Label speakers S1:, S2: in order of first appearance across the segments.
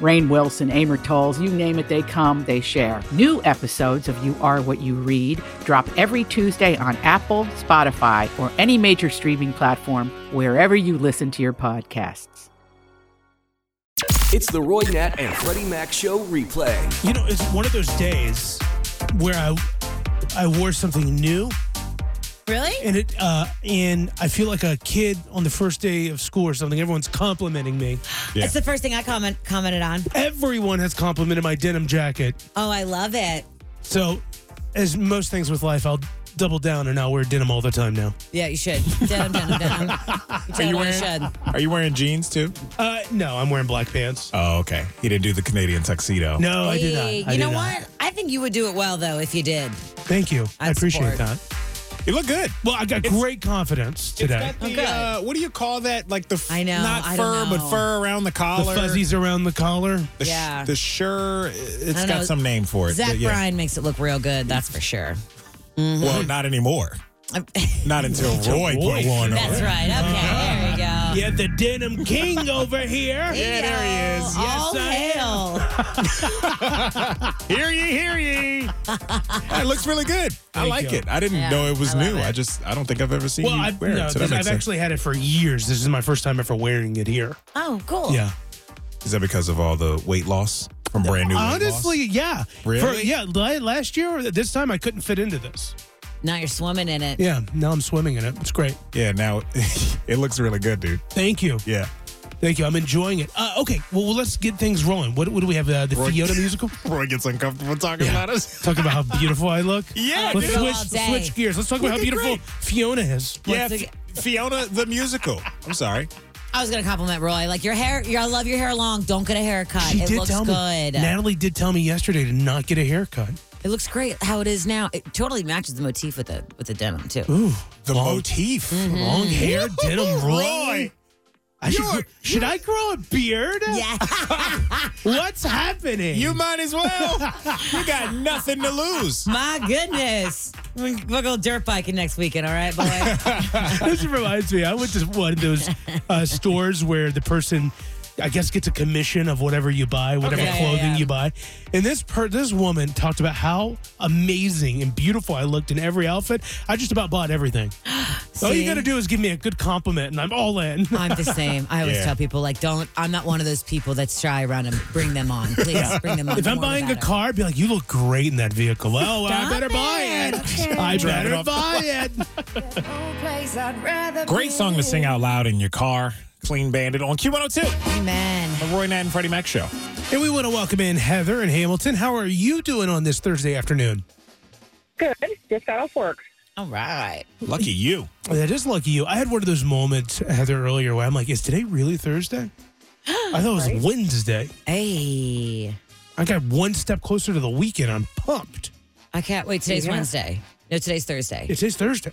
S1: Rain Wilson, Amor Tolls, you name it, they come, they share. New episodes of You Are What You Read drop every Tuesday on Apple, Spotify, or any major streaming platform wherever you listen to your podcasts.
S2: It's the Roy Nat and Freddie Mac Show replay.
S3: You know, it's one of those days where I I wore something new,
S4: Really?
S3: and it uh, and I feel like a kid on the first day of school or something. Everyone's complimenting me.
S5: Yeah.
S4: That's the first thing I comment commented on.
S3: Everyone has complimented my denim jacket.
S4: Oh, I love it.
S3: So, as most things with life, I'll double down and I'll wear denim all the time now.
S4: Yeah, you should. Denim, denim, denim. You
S5: Are you
S4: totally
S5: wearing?
S4: should.
S5: Are you wearing jeans too?
S3: Uh, no, I'm wearing black pants.
S5: Oh, okay. He didn't do the Canadian tuxedo.
S3: No, Oh, I did not.
S4: Hey,
S3: I
S4: you
S3: did
S4: know
S3: not.
S4: what? I think you would do it well though if you did.
S3: Thank you. I
S4: I'd
S3: appreciate
S4: support.
S3: that.
S5: you look good.
S3: Well, I got great confidence
S5: It's
S3: today.
S5: got the,
S4: Okay.
S5: uh, what do you call that? Like the f-
S4: I know,
S5: not
S4: I
S5: fur,
S4: don't
S5: but
S4: know.
S5: fur around the
S3: The
S5: collar.
S3: fuzzies around the collar.
S5: The, sh-
S4: Yeah.
S5: the sure. It's
S4: don't
S5: got
S4: know.
S5: some name for it.
S4: Zach
S5: Yeah.
S4: Bryan Mm-hmm. makes it look real good, that's for sure.
S5: Well, not anymore. Not until
S3: Roy.
S5: Roy put one on.
S4: That's right. Okay, there you go.
S3: Yeah, the denim king over here.
S4: Yeah,
S5: there he is.
S3: Yes,
S4: All
S3: I
S4: hail.
S5: Hear ye, hear ye. it looks really good. I
S3: Thank
S5: like
S3: you.
S5: it. I didn't
S4: Yeah,
S5: know it was
S4: I love
S5: new.
S4: it.
S5: I just I don't think I've ever seen
S3: Well,
S5: you
S3: I've,
S5: wear
S3: no,
S5: it. So
S3: this-
S5: that makes
S3: I've
S5: sense.
S3: actually had it for years. This is my first time ever wearing it here.
S4: Oh, cool.
S3: Yeah.
S5: Is that because of all the weight loss from brand new? weight loss?
S3: Honestly, yeah. For,
S5: Really?
S3: yeah, li- last year, or this time I couldn't fit into this.
S4: Now you're swimming in it.
S3: Yeah, now I'm swimming in it. It's great.
S5: yeah. Now it looks really good, dude.
S3: Thank you.
S5: Yeah.
S3: Thank you. I'm enjoying it. Uh, okay, well, well, let's get things rolling. What, what do we have? Uh, the
S5: Roy-
S3: Fiona musical?
S5: Roy gets uncomfortable talking
S3: Yeah.
S5: about us.
S3: Talk about how beautiful I look.
S5: Yeah,
S3: Let's
S4: dude. All
S3: switch,
S4: day.
S3: switch gears. Let's talk about how
S5: Looking
S3: beautiful
S5: great.
S3: Fiona is.
S5: Yeah,
S4: Once
S5: F- Fiona the musical. I'm sorry.
S4: I was gonna compliment Roy. Like your hair, your, I love your hair long. Don't get a haircut.
S3: She
S4: it
S3: did
S4: looks
S3: tell
S4: good.
S3: me. Natalie did tell me yesterday to not get a haircut.
S4: It looks great how it is now. It totally matches the motif with the with the denim too.
S5: The motif.
S3: Long hair, denim,
S5: Mm-hmm. Roy.
S3: I should,
S5: You're-
S3: should I grow a beard?
S4: Yeah.
S3: What's happening?
S5: You might as well. you got nothing to lose.
S4: My goodness. We're going to dirt biking next weekend, all right, boy?
S3: this reminds me. I went to one of those uh, stores where the person, I guess, gets a commission of whatever you buy, whatever
S4: Okay. Yeah, yeah,
S3: clothing
S4: yeah.
S3: you buy. And this per- this woman talked about how amazing and beautiful I looked in every outfit. I just about bought everything. All you
S4: See?
S3: got to do is give me a good compliment, and I'm all in.
S4: I'm the same. I always
S5: Yeah.
S4: tell people, like, don't, I'm not one of those people that's shy around them. Bring them on. Please bring them on.
S3: If I'm
S4: More
S3: buying a
S4: about it.
S3: car, I'd be like, "You look great in that vehicle." Oh, I
S4: Stop
S3: better buy
S4: it.
S3: it. I
S5: Drive it
S3: better
S5: off the
S3: buy it.
S5: Great song to sing out loud in your car. Clean Bandit on Q102.
S4: Amen.
S5: The Roy Nat and Freddie Mac Show.
S3: And we want to welcome in Heather and Hamilton. How are you doing on this Thursday afternoon?
S6: Good. Just got off work.
S4: All right.
S5: Lucky you.
S3: That is lucky you. I had one of those moments, Heather, earlier where I'm like, is today really Thursday? I thought it was Wednesday.
S4: Hey.
S3: I got one step closer to the weekend. I'm pumped.
S4: I can't wait. Today's Wednesday. No, today's Thursday.
S3: It is Thursday.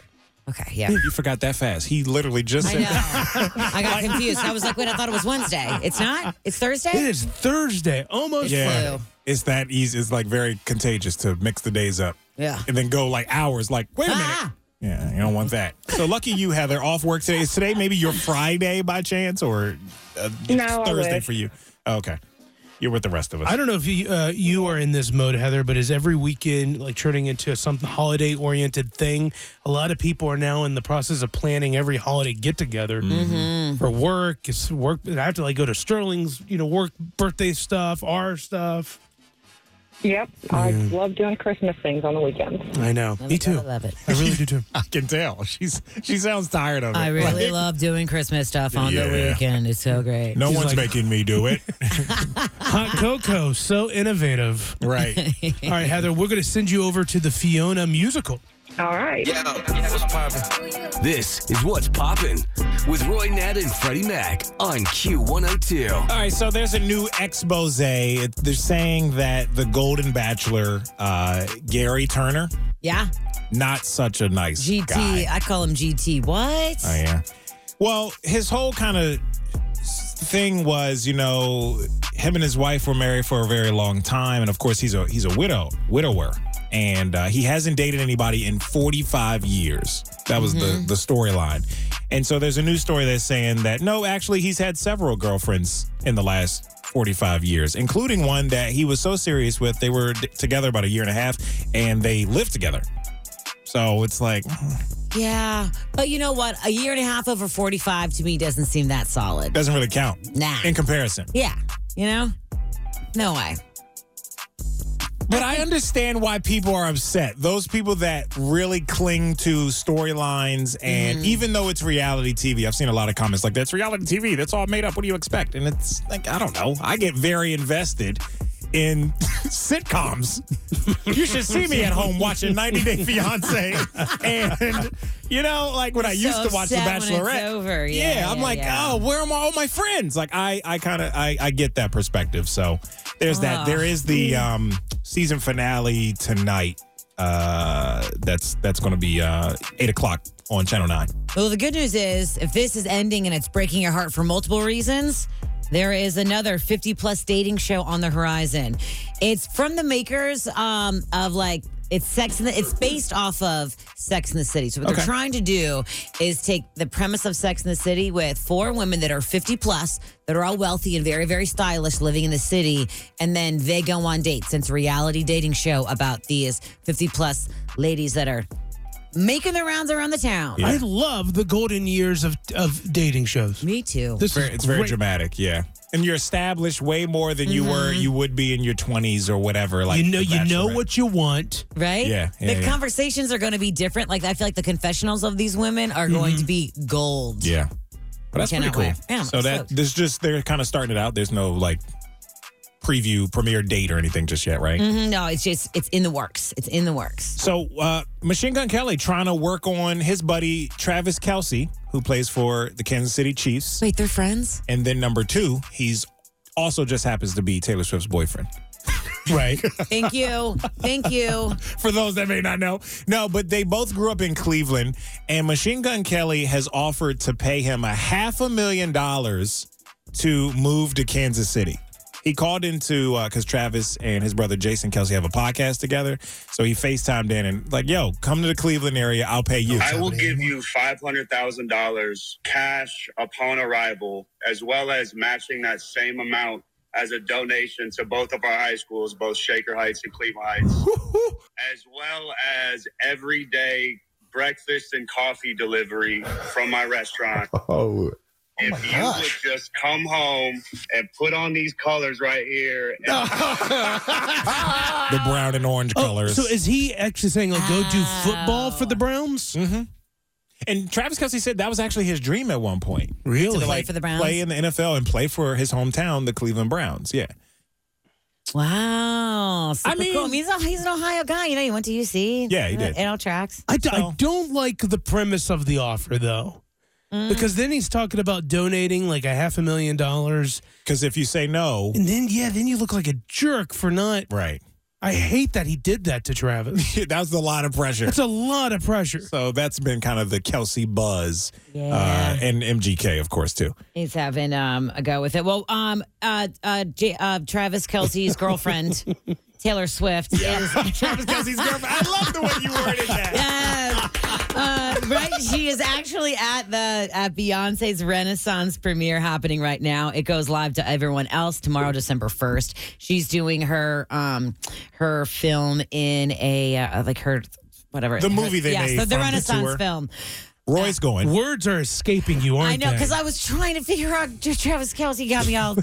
S4: Okay, yeah.
S5: You forgot that fast. He literally just
S4: I
S5: said that.
S4: know. I got confused. I was like, wait, I thought it was Wednesday. It's not? It's Thursday?
S3: It is Thursday. Almost
S5: Yeah.
S4: Ew.
S5: It's that easy. It's like very contagious to mix the days up.
S4: Yeah.
S5: And then go like hours, like, wait a minute.
S4: Ah.
S5: Yeah, you don't want that. So lucky you, Heather, off work today. Is today maybe your Friday by chance or uh,
S6: No, I
S5: Thursday
S6: wish.
S5: for you? okay. You're with the rest of us.
S3: I don't know if you uh, you are in this mode, Heather, but is every weekend like turning into some holiday oriented thing? A lot of people are now in the process of planning every holiday get together
S5: Mm-hmm.
S3: for work. It's work. I have to like go to Sterling's, you know, work birthday stuff, our stuff.
S6: Yep. I love doing Christmas things on the weekends.
S3: I know.
S4: Let
S3: Me
S4: go.
S3: too.
S4: I love it.
S3: I really do too.
S5: I can tell. She's she sounds tired of it.
S4: I really
S5: Like,
S4: love doing Christmas stuff on the
S5: Yeah.
S4: weekend. It's so great.
S5: No
S3: She's
S5: one's
S3: like-
S5: making me do it.
S3: Hot cocoa, so innovative.
S5: right.
S3: All right, Heather, we're going to send you over to the Fiona musical.
S6: All right.
S2: This is What's Poppin' with Roy Nat and Freddie Mac on Q102.
S5: All right, so there's a new expose. It- They're saying that the Golden Bachelor, uh, Gary Turner,
S4: Yeah.
S5: not such a nice
S4: GT.
S5: guy.
S4: I call him GT. What?
S5: Oh yeah. Well, his whole kind of thing was, you know, him and his wife were married for a very long time, and of course, he's a he's a widow, widower, and uh, he hasn't dated anybody in 45 years. That was the the storyline. And so there's a new story that's saying that no, actually, he's had several girlfriends in the last 45 years, including one that he was so serious with. They were d- together about a year and a half, and they lived together. So it's like,
S4: Yeah. But you know what? A year and a half over 45 to me doesn't seem that solid.
S5: doesn't really count
S4: Nah.
S5: in comparison.
S4: Yeah. You know? No way.
S5: But I understand why people are upset. Those people that really cling to storylines, and
S4: Mm-hmm.
S5: even though it's reality TV, I've seen a lot of comments like, that's reality TV. That's all made up. What do you expect? And it's like, I don't know. I get very invested in sitcoms. you should see me at home watching 90 Day Fiance. And, you know, like when I
S4: You're
S5: used
S4: so
S5: to watch The
S4: upset when it's
S5: Bachelorette.
S4: over. Yeah,
S5: I'm
S4: yeah,
S5: like,
S4: yeah.
S5: oh, where are my, all my friends? Like, I, I kind of, I, I get that perspective. So there's that. There is the um, season finale tonight. Uh, that's that's going to be uh, eight o'clock on Channel Nine.
S4: Well, the good news is if this is ending and it's breaking your heart for multiple reasons, there is another 50 plus dating show on the horizon. It's from the makers um, of like, it's Sex in the, it's based off of Sex in the City. So what they're trying to do is take the premise of Sex in the City with four women that are 50 plus, that are all wealthy and very, very stylish living in the city. And then they go on dates. It's a reality dating show about these 50 plus ladies that are making their rounds around the town.
S3: I love the golden years of, of dating shows.
S4: Me too.
S3: This is
S5: It's very
S3: great.
S5: dramatic, yeah. And you're established way more than you were you would be in your 20s or whatever. Like
S3: You know,
S5: The
S3: you know
S5: Bachelorette.
S3: what you want.
S4: right?
S5: Yeah, yeah,
S4: the
S5: yeah.
S4: conversations are going to be different. Like I feel like the confessionals of these women
S5: Mm-hmm.
S4: are going to be gold.
S5: Yeah. But that's pretty
S4: cannot
S5: cool.
S4: wait. Yeah, I'm
S5: so that
S4: stoked.
S5: there's just they're kind of starting it out. There's no like preview premiere date or anything just yet, right?
S4: Mhm, No, it's just it's in the works. It's in the works.
S5: So uh, Machine Gun Kelly trying to work on his buddy Travis Kelsey, who plays for the Kansas City Chiefs,
S4: Wait, they're friends.
S5: and then number two, he's also just happens to be Taylor Swift's boyfriend.
S3: Right.
S4: Thank you, thank you.
S5: for those that may not know. No, but they both grew up in Cleveland, and Machine Gun Kelly has offered to pay him a half a million dollars to move to Kansas City. He called into because Travis and his brother Jason Kelsey have a podcast together, so he Facetimed in and like, "Yo, come to the Cleveland area. I'll pay you."
S7: I will give you $500,000 cash upon arrival, as well as matching that same amount as a donation to both of our high schools, both Shaker Heights and Cleveland Heights, as well as everyday breakfast and coffee delivery from my restaurant. Oh. If you would just come home and put on these colors right here, and
S5: the brown and orange colors.
S3: Oh, So is he actually saying, like, go do
S4: Oh.
S3: football for the Browns?
S5: and Travis Kelsey said that was actually his dream at one point.
S3: Really?
S4: play for the Browns?
S5: Play in the NFL and play for his hometown, the Cleveland Browns. Yeah.
S4: Wow, super
S5: I mean-
S4: cool. He's, a, he's an Ohio guy. You know, he went to UC.
S5: Yeah, he did.
S4: It all tracks.
S3: I, d- I don't like the premise of the offer, though.
S4: Mm.
S3: Because then he's talking about donating like a half a million dollars.
S5: Because if you say no,
S3: And then, yeah, then you look like a jerk for not.
S5: right.
S3: I hate that he did that to Travis.
S5: that was a lot of pressure.
S3: That's a lot of pressure.
S5: So that's been kind of the Kelsey buzz.
S4: Yeah.
S5: Uh, and MGK, of course, too.
S4: He's having um, a go with it. Well, um, uh, uh, J- uh Travis Kelsey's girlfriend, Taylor Swift, is
S5: Kelsey's girlfriend. I love the way you worded that.
S4: Yes. Uh, right, she is actually at the at Beyonce's Renaissance premiere happening right now. It goes live to everyone else tomorrow, December first. She's doing her um her film in a uh, like her whatever
S5: The
S4: her-
S5: movie they
S4: yes,
S5: made
S4: the, the
S5: from the
S4: Renaissance
S5: tour.
S4: film.
S5: Roy's going.
S3: Words are escaping you, aren't
S4: I know,
S3: they?
S4: because I was trying to figure out J- Travis Kelsey got me all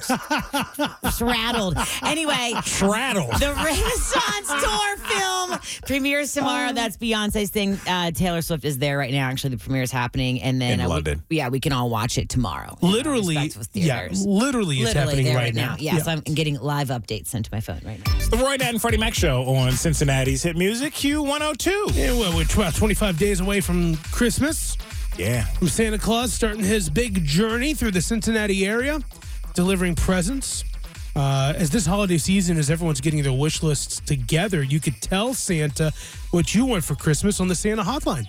S4: just rattled. Anyway,
S5: Shrattle.
S4: the Renaissance Tour film premieres tomorrow.
S3: Um,
S4: That's Beyonce's thing. Uh, Taylor Swift is there right now. Actually, the premiere is happening, and then
S5: In
S4: uh, we-
S5: London.
S4: yeah, we can all watch it tomorrow. in our
S3: literally,
S4: respective
S3: yeah,
S4: theaters.
S3: literally, it's
S4: Literally
S3: happening
S4: there
S3: right, now.
S4: Yeah, so I'm getting live updates sent to my phone right now.
S5: It's the Roy Nat and Freddie Mac show on Cincinnati's Hit Music Q102.
S3: Yeah, well, we're about 25 days away from Christmas,
S5: Yeah.
S3: from Santa Claus starting his big journey through the Cincinnati area, delivering presents. Uh, as this holiday season, as everyone's getting their wish lists together, you could tell Santa what you want for Christmas on the Santa hotline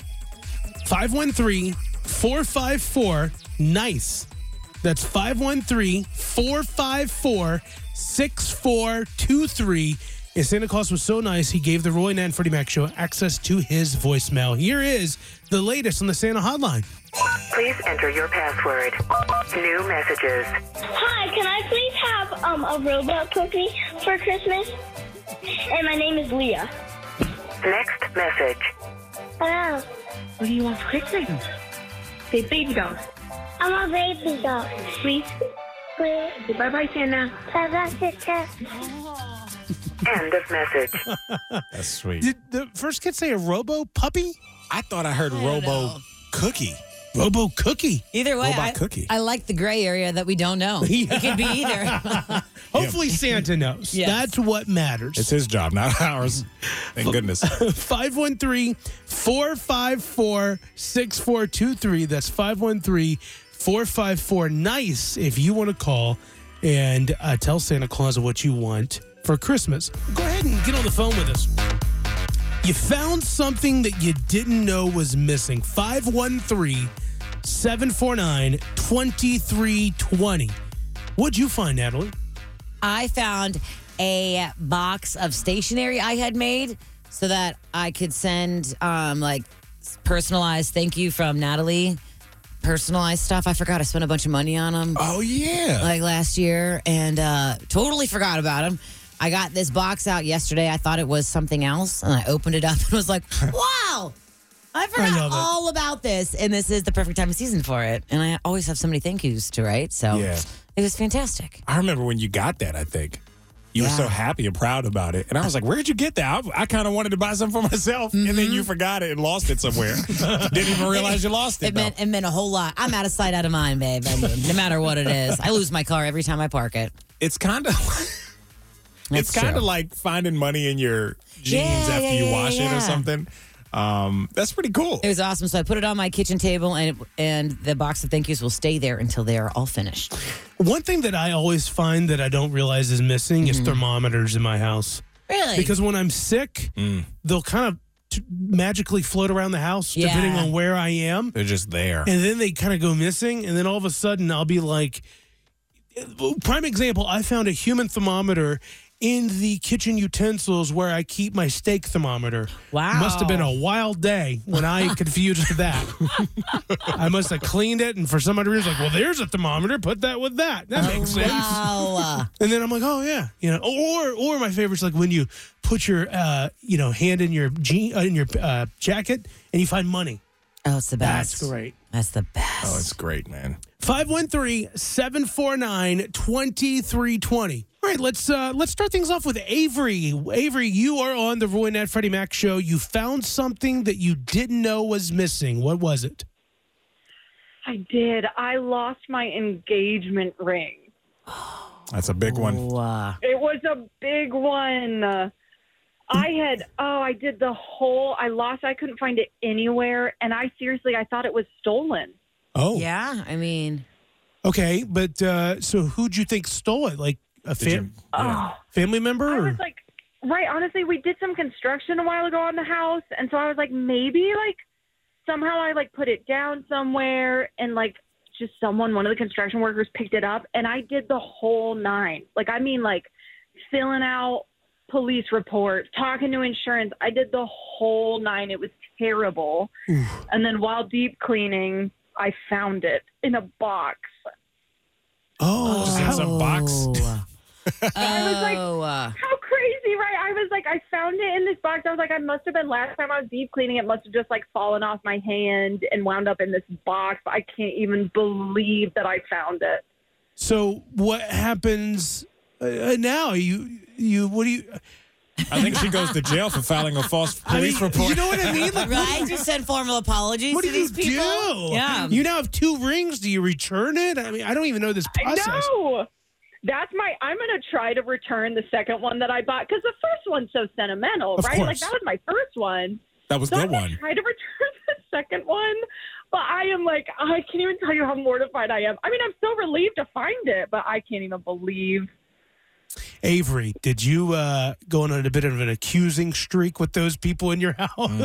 S3: 513 454 NICE. That's 513 454 6423. And Santa Claus was so nice, he gave the Roy Nan Freddie Mac show access to his voicemail. Here is the latest on the Santa hotline.
S8: Please enter your password. New messages.
S9: Hi, can I please have um, a robot cookie for Christmas? And my name is Leah.
S8: Next message.
S9: Hello.
S10: What do you want for Christmas? Say baby doll.
S9: I'm a baby doll.
S10: Please.
S9: Please,
S10: Say bye bye, Santa.
S9: have a sister.
S8: End of message.
S5: That's sweet.
S3: Did the first kid say a robo puppy?
S5: I thought I heard Robo Cookie.
S3: Robo cookie.
S4: Either way,
S5: Robot
S4: I,
S5: cookie.
S4: I like the gray area that we don't know. It could be either.
S3: Hopefully, Santa knows.
S4: Yes.
S3: That's what matters.
S5: It's his job, not ours. Thank goodness.
S3: 513 454 6423. That's 513 454 NICE E if you want to call and uh, tell Santa Claus what you want for Christmas. Go ahead and get on the phone with us. You found something that you didn't know was missing. 513 749 2320. What'd you find, Natalie?
S4: I found a box of stationery I had made so that I could send um like personalized thank you from Natalie. Personalized stuff. I forgot I spent a bunch of money on them
S5: oh, yeah.
S4: like last year and uh totally forgot about them. I got this box out yesterday. I thought it was something else and I opened it up and was like, "Wow!" I
S3: love
S4: forgot
S3: it.
S4: all about this and this is the perfect time of season for it. And I always have so many thank yous to write, so
S5: Yeah.
S4: it was fantastic.
S5: I remember when you got that, I think. You were
S4: Yeah.
S5: so happy and proud about it. And I was like, where'd you get that? I, I kind of wanted to buy some for myself. And then you
S4: Mm-hmm.
S5: forgot it and lost it somewhere. Didn't even realize you lost it.
S4: It meant it meant a whole lot. I'm out of sight, out of mind, babe. I mean, no matter what it is, I lose my car every time I park it.
S5: though. It's kind of.
S4: That's
S5: it's kind
S4: true.
S5: of like finding money in your jeans
S4: Yeah,
S5: after
S4: yeah,
S5: you
S4: yeah,
S5: wash it
S4: yeah.
S5: or something. Um, that's pretty cool.
S4: It was awesome. So I put it on my kitchen table, and it, and the box of thank yous will stay there until they are all finished.
S3: One thing that I always find that I don't realize is missing is thermometers in my house.
S4: Really?
S3: Because when I'm sick, they'll kind of t- magically float around the house
S4: Yeah.
S3: depending on where I am.
S5: They're just there.
S3: And then they kind of go missing. And then all of a sudden, I'll be like, prime example, I found a human thermometer in the kitchen utensils where I keep my steak thermometer.
S4: Wow.
S3: Must have been a wild day when I confused that. I must have cleaned it. And for some odd reason, like, well, there's a thermometer. Put that with that. That makes sense.
S4: Oh, wow.
S3: And then I'm like, oh yeah, you know, or or my favorite's like when you put your uh you know hand in your jean uh, in your uh, jacket and you find money.
S4: Oh, it's the best.
S3: great.
S4: That's the best.
S5: Oh, it's great, man.
S3: 513-749-2320. All right, let's uh let's start things off with Avery. Avery, you are on the Roy Nat Freddie Mac show. You found something that you didn't know was missing. What was it?
S10: I did. I lost my engagement ring.
S5: That's a big one.
S4: Wow.
S10: It was a big one. I had oh, I did the whole I lost I couldn't find it anywhere and I seriously I thought it was stolen.
S3: Oh.
S4: Yeah, I mean,
S3: Okay, but uh so who'd you think stole it? Like a
S5: Did you-
S3: fam-
S5: yeah.
S3: family member?
S10: I
S3: or-
S10: was like right, honestly, we did some construction a while ago on the house and so I was like maybe like somehow I like put it down somewhere and like just someone, one of the construction workers picked it up and I did the whole nine. Like I mean like filling out police reports, talking to insurance. I did the whole nine. It was terrible. And then while deep cleaning, I found it in a box.
S3: oh,
S5: Just in some box.
S4: oh,
S10: I was like-
S4: Oh, uh,
S10: How crazy, right? I was like, I found it in this box. I was like, I must have been last time I was deep cleaning. It must have just like fallen off my hand and wound up in this box. I can't even believe that I found it.
S3: So what happens uh, now? You you what do you?
S5: I think she goes to jail for filing a false police report.
S3: You know what I mean? Like, what do
S4: right?
S3: you-
S4: You send formal apologies
S3: What
S4: to
S3: do you
S4: these
S3: do?
S4: people. Yeah.
S3: You now have two rings. Do you return it? I mean, I don't even know this
S10: I
S3: process.
S10: know. That's my. I'm gonna try to return the second one that I bought because the first one's so sentimental,
S5: Of
S10: right? Like
S5: course.
S10: that was my first one.
S5: That was
S10: so
S5: the
S10: I'm gonna
S5: one.
S10: Try to return the second one, but I am like, I can't even tell you how mortified I am. I mean, I'm so relieved to find it, but I can't even believe.
S3: Avery, did you uh, go on a bit of an accusing streak with those people in your house?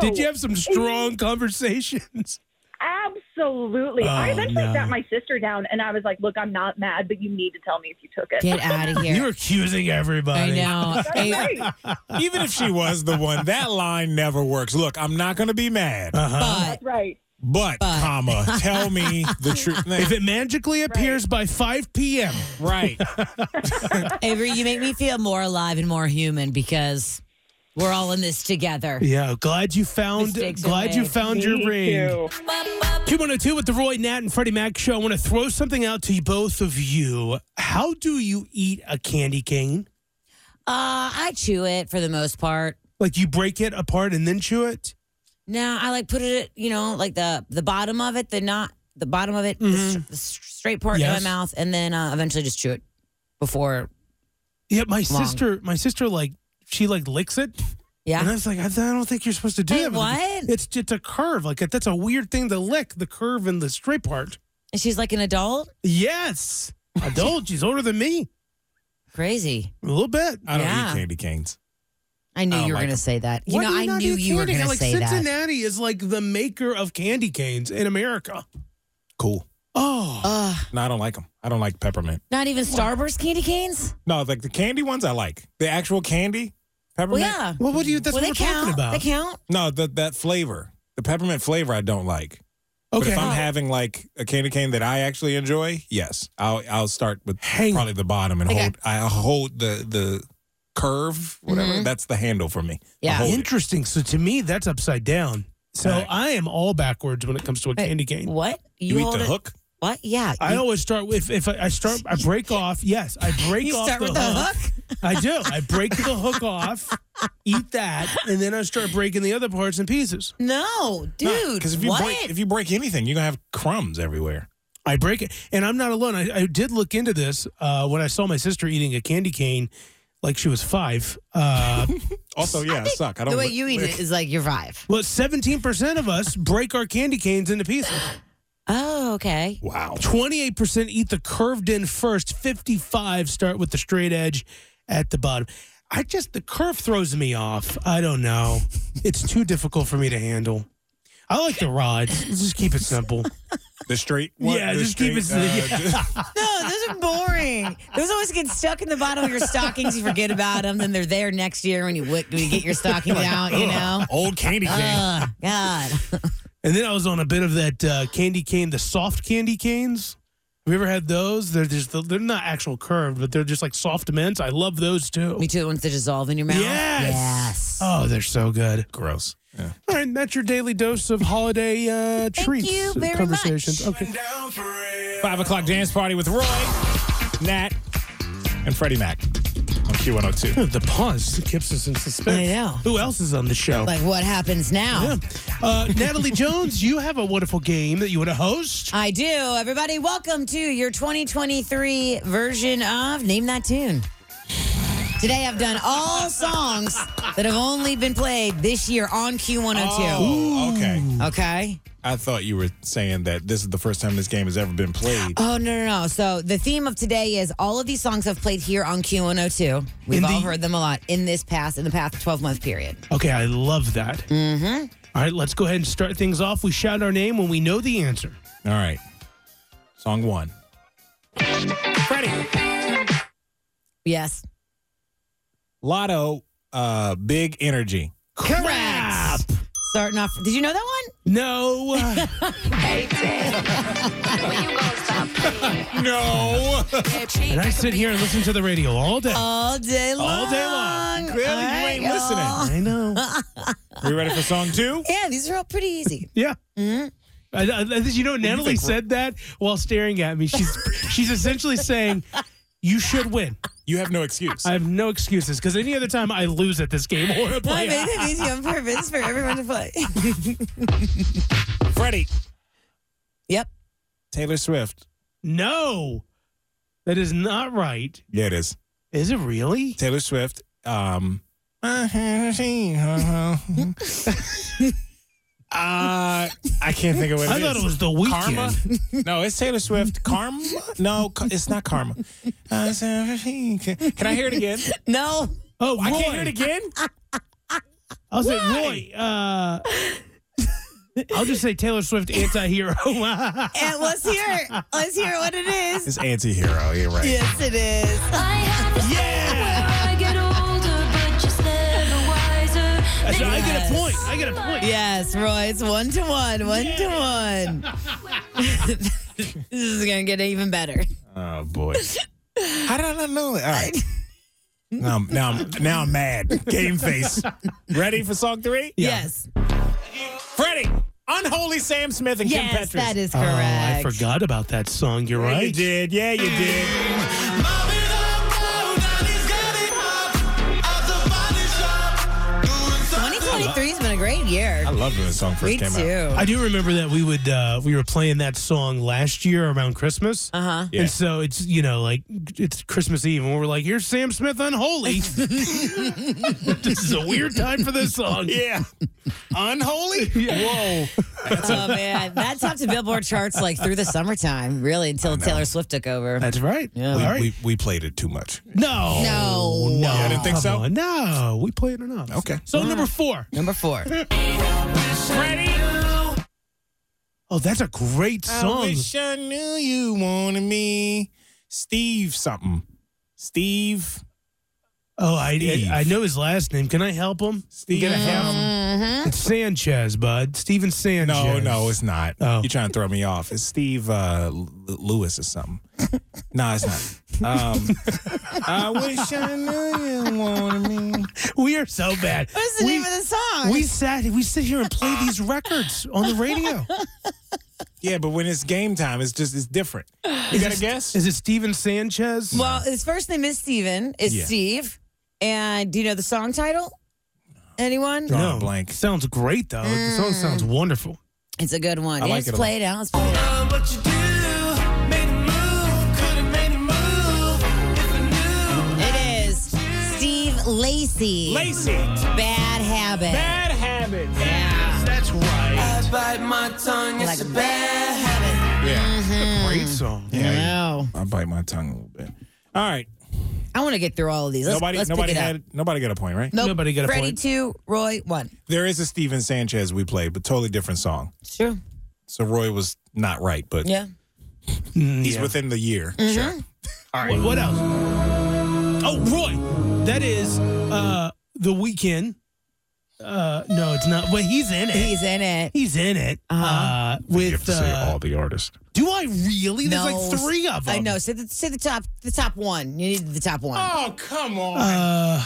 S3: did you have
S4: Oh.
S3: some strong conversations?
S10: Absolutely. I
S3: Oh,
S10: eventually
S3: no.
S10: sat my sister down and I was like, look, I'm not mad, but you need to tell me if you took it.
S4: Get out of here.
S3: You're accusing
S4: I
S3: everybody.
S4: know.
S10: That's
S4: Hey,
S10: right.
S5: Even if she was the one, that line never works. Look, I'm not going to be mad,
S3: Uh-huh.
S4: but
S10: That's right.
S5: but,
S4: But.
S5: comma, tell me the truth.
S3: Oh, If it magically appears by 5 p.m.,
S5: right.
S4: Avery, you make me feel more alive and more human because we're all in this together.
S3: yeah, glad you found
S4: Mistakes are
S3: glad you
S4: made.
S3: found your
S10: Me
S3: ring.
S10: too.
S3: Q102 with the Roy, Nat, and Freddie Mac show. I want to throw something out to both of you. How do you eat a candy cane?
S4: Uh, I chew it for the most part.
S3: Like you break it apart and then chew it?
S4: Now I like put it, you know, like the the bottom of it, the not the bottom of it, the, str- the s- straight part
S3: Mm-hmm. Yes.
S4: in my mouth, and then uh, eventually just chew it before.
S3: Yeah, my
S4: Long.
S3: sister, my sister, like she like licks it, and I
S4: Yeah.
S3: was like, I, I don't think you're supposed to do
S4: Wait,
S3: that. with-
S4: what?
S3: It's it's a curve. Like that's a weird thing to lick the curve and the straight part.
S4: And she's like an adult.
S3: Yes, adult. She's older than me
S4: Crazy.
S3: a little bit.
S5: I don't
S4: Yeah.
S5: eat candy canes.
S4: I knew
S5: I don't
S4: you were
S5: like
S4: going to
S5: them.
S4: say that. You
S3: Oh Why do
S4: know, I
S3: not
S4: knew
S3: eat
S4: you were
S3: candy?
S4: going to
S3: like,
S4: say
S3: Cincinnati
S4: that.
S3: is like the maker of candy canes in America.
S5: Cool.
S3: Oh,
S4: Uh,
S5: No, I don't like them. I don't like peppermint.
S4: not even Starburst candy canes.
S5: No, like the candy ones I like. The actual candy,
S4: Well,
S5: peppermint.
S4: yeah.
S3: well, what do you? That's
S4: well,
S3: what we're
S4: they count.
S3: talking about.
S4: They count.
S5: No, the, that flavor, the peppermint flavor, I don't like. But
S3: Okay,
S5: if I'm having like a candy cane that I actually enjoy, yes, I'll I'll start with
S3: Hang-
S5: probably the bottom and
S4: Okay.
S5: hold. I hold the the curve, whatever. That's the handle for me. I
S4: Mm-hmm. Yeah.
S5: hold it.
S3: interesting. So to me, that's upside down. So
S5: Right.
S3: I am all backwards when it comes to a
S4: Wait,
S3: candy cane.
S4: What
S5: You, eat
S4: hold
S5: the
S4: it-
S5: hook.
S4: What? Yeah.
S3: I
S4: you-
S3: always start with if I start I break off. Yes, I break
S4: You
S3: off
S4: start
S3: the,
S4: with the
S3: hook.
S4: hook?
S3: I do. I break the hook off, eat that, and then I start breaking the other parts and pieces.
S4: No, dude.
S5: because if you
S4: what?
S5: break if you break anything, you're gonna have crumbs everywhere.
S3: I break it, and I'm not alone. I, I did look into this uh, when I saw my sister eating a candy cane, like she was five. Uh,
S5: Also, yeah, I suck. I don't.
S4: the way you eat it is like you're five.
S3: well, 17 percent of us break our candy canes into pieces.
S4: Oh, okay.
S5: Wow.
S3: 28% eat the curved end first, 55 start with the straight edge at the bottom. I just the curve throws me off. I don't know. It's too difficult for me to handle. I like the rods. Let's just keep it simple.
S5: The straight. What,
S3: Yeah,
S5: the uh,
S3: just keep it-
S4: No, those are boring. Those always get stuck in the bottom of your stockings. You forget about them. Then they're there next year when you wi- when you get your stockings out. You know.
S5: old candy
S4: Uh,
S5: cane.
S4: Ugh, God.
S3: And then I was on a bit of that uh, candy cane, the soft candy canes. Have you ever had those? They're just they're not actual curved, but they're just like soft mints. I love those too.
S4: Me too. The ones that dissolve in your mouth.
S3: Yes.
S4: Yes.
S3: Oh, they're so good.
S5: Gross. Yeah.
S3: All right, and that's your daily dose of holiday uh, treats
S4: you very
S3: conversations.
S4: much.
S3: Okay.
S5: Five o'clock dance party with Roy, Nat, and Freddie Mac on Q102.
S3: The pause keeps us in suspense.
S4: I know.
S3: Who else is on the show?
S4: Like what happens now?
S3: Yeah. Uh, Natalie Jones, you have a wonderful game that you want to host.
S4: I do. Everybody, welcome to your 2023 version of Name That Tune. Today I've done all songs that have only been played this year on Q102.
S5: Oh, okay.
S4: Okay.
S5: I thought you were saying that this is the first time this game has ever been played.
S4: Oh, no, no, no. So the theme of today is all of these songs I've played here on Q102. We've
S3: In
S4: all
S3: the-
S4: heard them a lot in this past, in the past 12 month period.
S3: Okay, I love that. Mm-hmm. All right, let's go ahead and start things off. We shout our name when we know the answer.
S5: All right. Song one. Freddie.
S4: Yes.
S5: Lotto, uh, Big Energy.
S4: Correct. Starting off. Did you know that one?
S3: No. no. And I sit here and listen to the radio all day.
S4: All day long.
S3: All day long.
S5: Clearly, you ain't listening.
S3: I know.
S5: We ready for song two?
S4: Yeah, these are all pretty easy.
S3: Yeah.
S4: Mm-hmm.
S3: I, I, I- you know, Natalie said that while staring at me. She's she's essentially saying, "You should win."
S5: You have no excuse.
S3: I have no excuses because any other time I lose at this game horribly.
S4: I made it easy on purpose for everyone to play.
S5: Freddie.
S4: Yep.
S5: Taylor Swift.
S3: No, that is not right.
S5: Yeah, it is.
S3: Is it really?
S5: Taylor Swift. Um, Uh, I can't think of what it
S3: I
S5: is.
S3: thought it was The Weeknd.
S5: Karma? No, it's Taylor Swift. Karma? No, ca- it's not Karma. Uh, Can I hear it again?
S4: No.
S3: Oh, Roy.
S5: I can't hear it again?
S3: I'll say Roy. Uh, I'll just say Taylor Swift anti-hero.
S4: And let's hear. Let's hear what it is.
S5: It's anti-hero. You're right.
S4: Yes, it is.
S3: so I get
S4: Yes.
S3: a point. I get a point.
S4: Yes, Roy. It's one to one. One to one. this is gonna get even better.
S5: Oh boy. How did I not know that? All right. Now, I'm- now, I'm- now I'm mad. Game face. Ready for song three?
S4: Yes.
S5: Freddie, unholy Sam Smith and Kim
S4: Yes,
S5: Petras.
S4: that is
S3: Oh,
S4: correct.
S3: I forgot about that song. You're
S5: Yeah,
S3: right.
S5: you did. Yeah, you did.
S4: Twenty twenty three has been a great year.
S5: I loved when the song first
S4: Me
S5: came out.
S4: too.
S3: I do remember that we would uh, we were playing that song last year around Christmas,
S4: Uh huh.
S5: Yeah.
S3: and so it's you know like it's Christmas Eve, and we're like, "Here's Sam Smith, Unholy." this is a weird time for this song.
S5: Yeah. unholy? Whoa.
S4: Oh man, that topped the Billboard charts like through the summertime, really, until Taylor Swift took over.
S3: That's right.
S4: Yeah.
S3: All
S5: We,
S3: right.
S5: we, we played it too much.
S3: no.
S4: No.
S3: No.
S5: Yeah, I didn't think
S3: Come
S5: so.
S3: on. No. We played it enough.
S5: Okay.
S3: So number four.
S4: Number four.
S3: Oh, that's a great
S5: I
S3: song.
S5: wish I knew you wanted me. Steve something. Steve.
S3: oh, I,
S5: Steve.
S3: I I know his last name. Can I help him?
S5: Steve.
S3: Can I help him?
S5: Uh-huh.
S4: Mm-hmm.
S3: It's Sanchez, bud. Steven Sanchez.
S5: No, no, it's not.
S3: Oh.
S5: You're trying to throw me off. It's Steve uh, L- Lewis or something. no, it's not. Um, I wish I knew you wanted me.
S3: we are so bad.
S4: What's the
S3: We-
S4: name of the song?
S3: We sat, we sit here and play these records on the radio.
S5: Yeah, but when it's game time, it's just it's different. You got a guess?
S3: Is it Steven Sanchez?
S4: well, his first name is Steven. It's
S5: Yeah.
S4: Steve. And do you know the song title? Anyone?
S5: Drawing a blank.
S3: Sounds great though. The song sounds wonderful.
S4: It's a good one.
S5: I like
S4: Let's
S5: it a
S4: play it out. Let's play it out. It is Steve Lacey.
S5: Lacey.
S4: Bad habit.
S5: Bad habits.
S3: That's right.
S4: like a bad habit.
S5: Yeah.
S3: Great song.
S4: No.
S5: I bite my tongue a little bit. All right.
S4: I want to get through all of these. Let's,
S5: nobody
S4: let's
S5: nobody
S4: pick it
S5: had
S4: up.
S5: nobody got a point, right?
S4: Nope.
S3: Nobody got a
S4: Freddie
S3: point.
S4: two, Roy one.
S5: There is a Steven Sanchez we played, but totally different song.
S4: Sure.
S5: So Roy was not right, but
S4: Yeah.
S3: Mm,
S5: he's
S3: yeah.
S5: within the year. Sure.
S3: All right. What else? Oh, Roy. That is uh the weekend. Uh no, it's not. Well, he's in it.
S4: He's in it.
S3: He's in it.
S4: Uh-huh.
S3: Uh with uh,
S5: the artists.
S3: Do I really? There's
S4: No.
S3: like three of them.
S4: I know. Say the, say the top the top one. You need the top one.
S5: Oh, come on.
S3: Uh,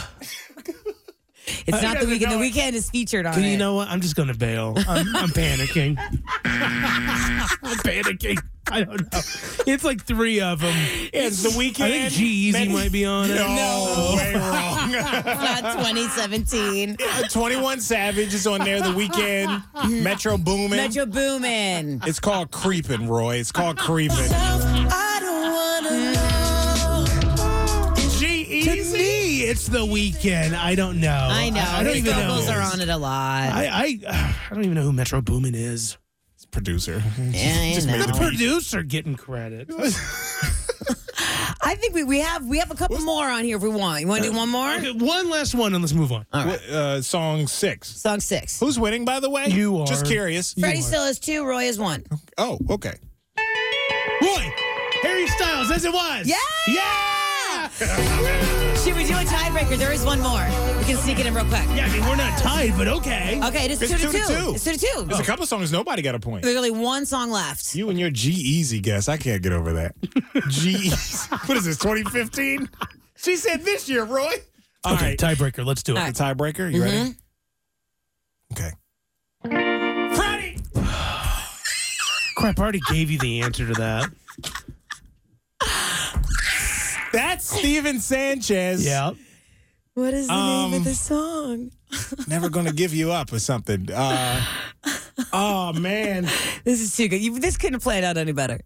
S4: it's not the
S5: doesn't
S4: weekend. The
S5: know it.
S4: weekend is featured on it.
S3: you know what? I'm just gonna bail. I'm, I'm panicking. I'm panicking. I don't know. It's like three of them.
S5: it's the
S3: I
S5: weekend.
S3: think G Easy might be on it.
S5: No, way wrong.
S4: It's not 2017.
S5: Twenty One Savage is on there. The weekend. Metro Boomin.
S4: Metro Boomin.
S5: it's called Creepin', Roy. It's called Creepin'. G
S3: To
S5: Easy.
S3: me, it's the weekend. I don't know.
S4: I know.
S3: I, I don't
S4: His
S3: even know.
S4: vocals are on it a lot.
S3: I, I I don't even know who Metro Boomin is.
S5: Producer.
S4: Yeah, you
S5: Just made
S4: know.
S3: The
S5: it
S3: producer getting credit.
S4: I think we, we have we have a couple more on here if we want. You want to do one more?
S3: Okay, one last one and let's move on.
S5: What, uh, song six.
S4: Song six.
S5: Who's winning, by the way?
S3: You are.
S5: Just curious.
S4: Freddie still is two. Roy is one.
S5: Oh, okay.
S3: Roy, Harry Styles, as it was.
S4: Yeah!
S3: Yeah.
S4: Should we do a tiebreaker? There is one more. We can sneak it in real quick.
S3: Yeah, I mean, we're not tied, but okay.
S4: Okay, it is
S5: It's
S4: two,
S5: two
S4: to
S5: to two.
S4: It's two to two.
S5: There's a couple songs nobody got a point.
S4: There's only one song left.
S5: You and your G Easy guess. I can't get over that. G Easy. What is this, 2015? She said this year, Roy. All
S3: okay,
S5: right.
S3: tiebreaker. Let's do it.
S5: The tiebreaker. You
S4: Mm-hmm.
S5: ready? Okay.
S3: Freddie! Crap, I already gave you the answer to that.
S5: That's Steven Sanchez.
S3: Yeah.
S4: What is
S5: the name of Um, the
S4: song?
S5: Never gonna give you up or something. Uh, oh man,
S4: This is too good. You, this couldn't have played out any better.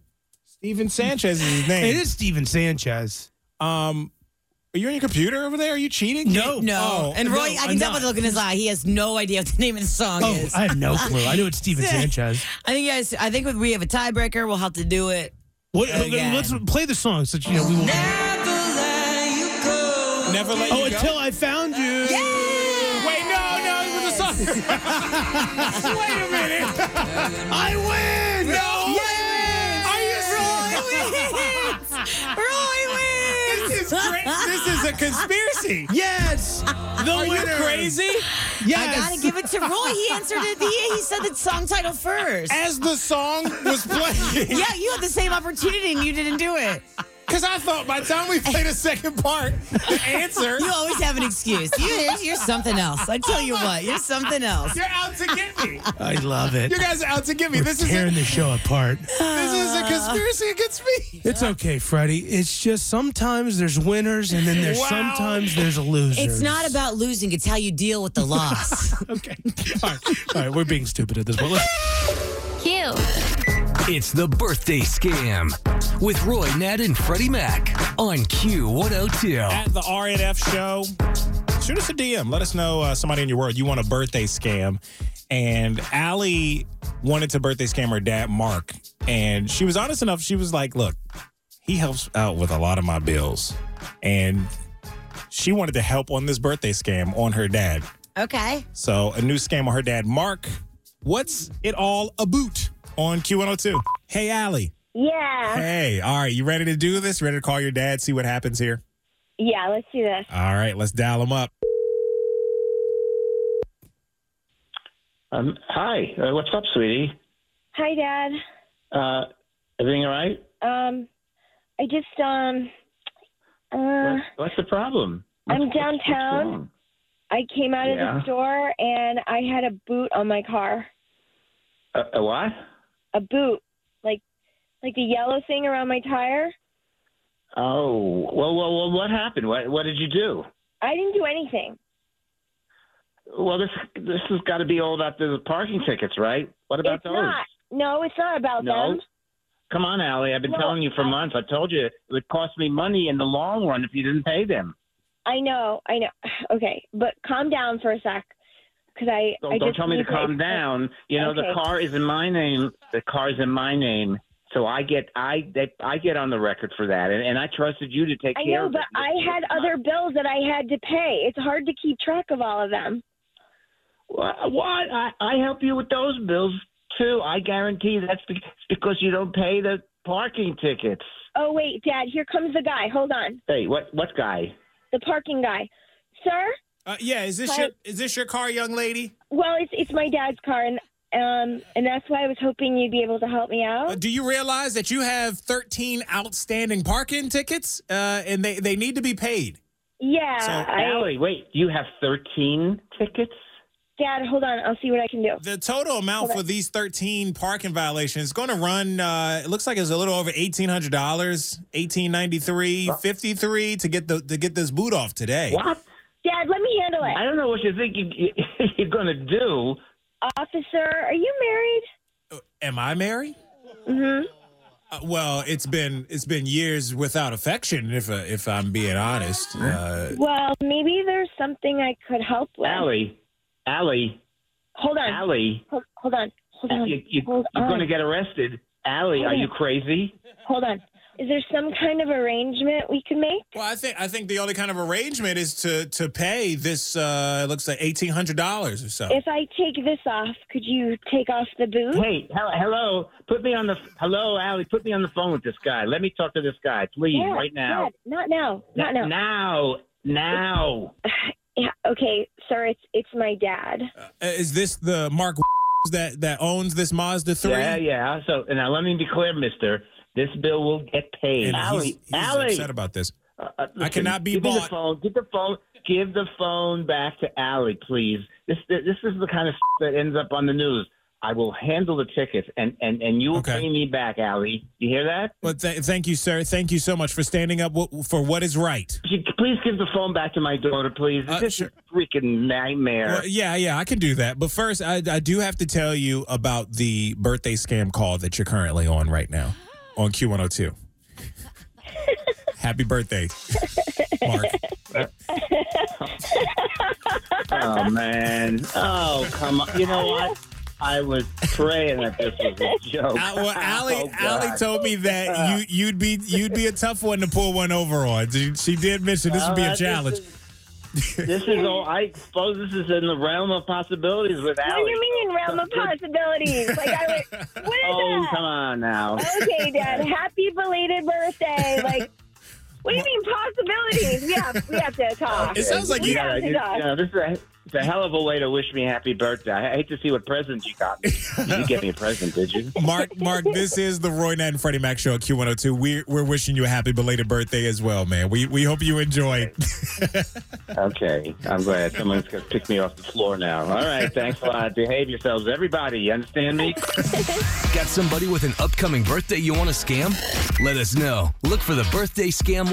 S5: Steven Sanchez is his name.
S3: It is Steven Sanchez.
S5: Um, are you on your computer over there? Are you cheating?
S3: No.
S4: No.
S5: Oh,
S4: and Roy,
S3: no,
S4: I
S3: I'm
S4: can tell
S3: not.
S4: by the look in his eye. He has no idea what the name of the song
S3: Oh,
S4: is.
S3: I have no clue. I knew it's Steven Sanchez.
S4: I think you guys. I think we have a tiebreaker. We'll have to do it.
S3: What,
S4: Again.
S3: Let's play the song so that you know we won't.
S5: Never let
S3: Oh,
S5: you go.
S3: until I found you.
S5: Wait, no, no, it was a song. Wait a minute.
S3: I win.
S5: No
S4: Roy wins. Roy wins.
S5: This is great. This is a conspiracy.
S3: Yes. The
S5: Are you
S3: winner.
S5: crazy?
S4: I gotta give it to Roy. He answered it. He, he said the song title first.
S5: As the song was playing,
S4: Yeah, you had the same opportunity and you didn't do it.
S5: because I thought by the time we played the second part, the answer,
S4: You always have an excuse. You, you're something else. I tell you what, you're something else.
S5: you're out to get me.
S3: I love it.
S5: You guys are out to get me. This is a,
S3: Tearing the show apart.
S5: this is a conspiracy against me.
S3: It's okay, Freddie. It's just sometimes there's winners and then there's
S5: Wow.
S3: sometimes there's losers.
S4: It's not about losing, it's how you deal with the loss.
S3: Okay. All right. All right. We're being stupid at this point. Let's-
S11: Cute.
S2: It's the birthday scam with Roy Nat and Freddie Mac on Q102.
S5: At the RNF show, shoot us a DM. Let us know uh, somebody in your world you want a birthday scam. And Allie wanted to birthday scam her dad, Mark. And she was honest enough. She was like, look, he helps out with a lot of my bills. And she wanted to help on this birthday scam on her dad.
S4: okay.
S5: So a new scam on her dad, Mark. What's it all about on Q102? Hey, Allie.
S9: Yeah.
S5: Hey, all right, you ready to do this? Ready to call your dad, see what happens here?
S9: Yeah, let's do this.
S5: All right, let's dial him up.
S12: Um, hi, uh, what's up, sweetie?
S9: Hi, Dad.
S12: Uh, everything all right?
S9: Um, I just, um, uh,
S12: What, what's the problem?
S9: I'm
S12: What's- what's- what's
S9: downtown.
S12: wrong?
S9: I came out of the
S12: Yeah.
S9: store and I had a boot on my car.
S12: A, a Uh, what?
S9: A boot. Like, like the yellow thing around my tire.
S12: Oh, well, well, well what happened? What, what did you do?
S9: I didn't do anything.
S12: Well, this this has got to be all about the parking tickets, right? What about
S9: it's
S12: those?
S9: not. No, it's not about
S12: No.
S9: them.
S12: Come on, Allie. I've been
S9: No,
S12: telling you for
S9: I-
S12: months. I told you it would cost me money in the long run if you didn't pay them.
S9: I know, I know. Okay, but calm down for a sec, because I.
S12: Don't,
S9: I
S12: don't
S9: just
S12: tell me to
S9: need
S12: calm down. You know,
S9: Okay.
S12: the car is in my name. The car is in my name. So I get I they, I get on the record for that, and, and I trusted you to take
S9: I
S12: care
S9: know,
S12: of
S9: but
S12: it.
S9: I had other bills that I had to pay. It's hard to keep track of all of them.
S12: Wha- What? I, I help you with those bills too. I guarantee that's be- because you don't pay the parking tickets.
S9: Oh wait, Dad, here comes the guy. Hold on,
S12: Hey, what what guy?
S9: the parking guy, sir.
S5: Uh, yeah, is this
S9: Hi.
S5: your is this your car, young lady? Uh,
S9: Well, it's it's my dad's car, and um, and that's why I was hoping you'd be able to help me
S5: Uh,
S9: out.
S5: do you realize that you have 13 outstanding parking tickets, uh, and they they need to be paid?
S9: Yeah,
S5: So,
S9: I,
S12: Allie, wait, you have thirteen tickets?
S9: Dad, hold on. I'll see what I can do.
S5: The total amount for these 13 parking violations is going to run. Uh, it looks like it's a little over $1,800, 1893, 53 to get the to get this boot off today.
S12: What?
S9: Dad, let me handle
S12: I
S9: it.
S12: don't know what you think you, you, you're gonna do.
S9: Officer, are you married?
S5: Am I married?
S9: Mm-hmm.
S5: Uh, well, it's been it's been years without affection. If uh, if I'm being honest, uh,
S9: Well, maybe there's something I could help with.
S12: Allie, Allie,
S9: Hold on.
S12: Allie,
S9: Hold, hold on. Hold on.
S12: you, you,
S9: Hold
S12: you're
S9: on.
S12: gonna get arrested. Allie, are
S9: Hold on.
S12: you crazy?
S9: Hold on. Is there some kind of arrangement we can make?
S5: Well, I think I think the only kind of arrangement is to to pay this. Uh, it looks like eighteen hundred dollars or so.
S9: If I take this off, could you take off the boot?
S12: Hey, hel- hello. Put me on the hello, Allie. Put me on the phone with this guy. Let me talk to this guy, please,
S9: Dad,
S12: right now.
S9: Dad, not now. Not now.
S12: Now, now.
S11: Yeah, okay, sir, it's it's my dad.
S5: Uh, Is this the Mark that that owns this Mazda three?
S12: Yeah, yeah. So and now let me be clear, Mister. This bill will get paid.
S5: And
S12: Allie,
S5: he's, he's
S12: Allie,
S5: upset about this.
S12: uh,
S5: I cannot be
S12: give me the
S5: bought.
S12: phone. Get the phone. Give the phone back to Allie, please. This this is the kind of that ends up on the news. I will handle the tickets, and and and you will pay me back, Allie. You hear that?
S5: Well, th- thank you, sir. Thank you so much for standing up w- for what is right.
S12: Please give the phone back to my daughter, please.
S5: Uh,
S12: this is a freaking nightmare.
S5: Well, yeah, yeah, I can do that. But first, I, I do have to tell you about the birthday scam call that you're currently on right now on Q102. Happy birthday, Mark.
S12: Oh man! Oh come on! You know what? I was praying that this was a joke.
S5: Al- well, Allie,
S12: Oh, God.
S5: Allie told me that you you'd be you'd be a tough one to pull one over on. She, she did mention this would be
S12: Well,
S5: a
S12: Uh, this
S5: challenge.
S12: This is all. I suppose this is in the realm of possibilities with
S11: What do
S12: Allie.
S11: you mean realm of possibilities? Like I was what is
S12: Oh come on now!
S11: that? Okay, Dad. Happy belated birthday. Like what do you mean possibilities? We have we have to talk. we
S12: you.
S11: have to talk.
S12: you know, this is a, it's a hell of a way to wish me happy birthday. I hate to see what presents you got. me. You didn't get me a present, did you?
S5: Mark, Mark, this is the Roy Nat and Freddie Mac show at Q102. We're, we're wishing you a happy belated birthday as well, man. We we hope you enjoy.
S12: Okay, I'm glad someone's gonna pick me off the floor now. All right, thanks a lot. Behave yourselves, everybody. You understand me?
S2: Got somebody with an upcoming birthday you want to scam? Let us know. Look for the birthday scam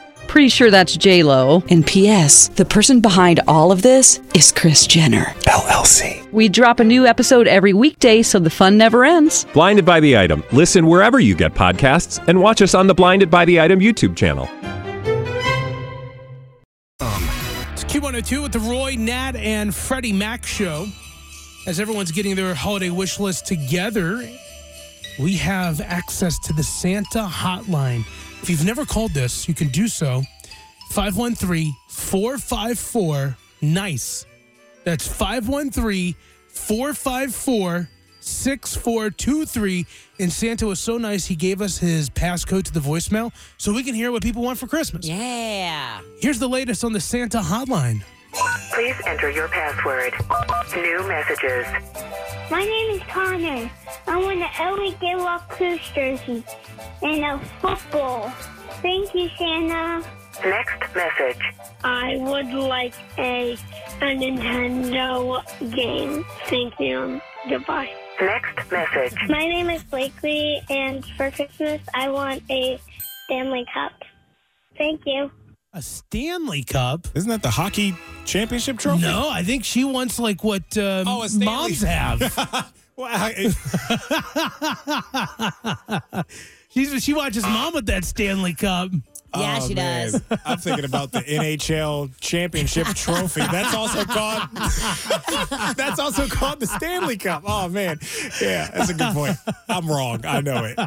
S13: Pretty sure that's J Lo. And P.S. The person behind all of this is Chris Jenner LLC. We drop a new episode every weekday, so the fun never ends.
S14: Blinded by the item. Listen wherever you get podcasts, and watch us on the Blinded by the Item YouTube channel.
S3: It's Q102 with the Roy, Nat, and Freddie Mac show. As everyone's getting their holiday wish list together, we have access to the Santa hotline. If you've never called this, you can do so. 513 454 NICE. E. That's 513 454 6423. And Santa was so nice, he gave us his passcode to the voicemail so we can hear what people want for Christmas.
S4: Yeah.
S3: Here's the latest on the Santa hotline.
S8: Please enter your password. New messages.
S9: My name is Connor. I want an LA Gaylock Cruise jersey and a football. Thank you, Santa.
S8: Next message.
S9: I would like a, a Nintendo game. Thank you. Goodbye.
S8: Next message.
S9: My name is Blakely, and for Christmas, I want a Stanley Cup. Thank you.
S3: A Stanley Cup?
S5: Isn't that the hockey championship trophy?
S3: No, I think she wants like what um,
S5: Oh, a Stanley.
S3: moms have. She's, she watches mom with that Stanley Cup.
S4: Yeah, she does.
S5: oh, I'm thinking about the NHL championship trophy. That's also called That's also called the Stanley Cup. Oh man. Yeah, that's a good point. I'm wrong. I know it.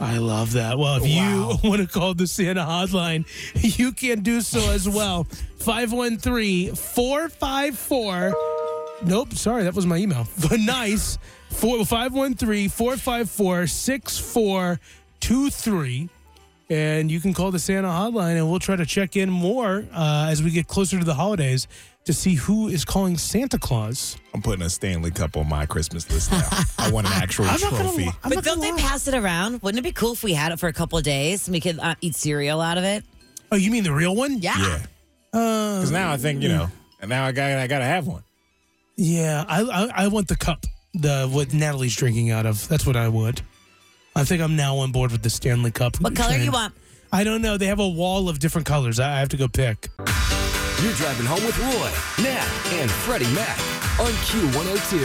S3: I love that. Well, if you want to call the Santa hotline, you can do so as well. 513 454. Nope, sorry, that was my email. nice. 513 454 6423. And you can call the Santa hotline, and we'll try to check in more uh, as we get closer to the holidays to see who is calling Santa Claus.
S5: I'm putting a Stanley Cup on my Christmas list now. I want an actual trophy.
S4: but don't they pass it around? Wouldn't it be cool if we had it for a couple of days and we could uh, eat cereal out of it?
S3: Oh, you mean the real one? Uh,
S4: Yeah.
S5: yeah. Because now I think, you know, and now I got I gotta have one.
S3: Yeah, I, I I want the cup, the what Natalie's drinking out of. That's what I would. I think I'm now on board with the Stanley Cup.
S4: What color you want?
S3: I don't know. They have a wall of different colors. I I have to go pick.
S2: You're driving home with Roy, Nat, and Freddie Mac on Q102.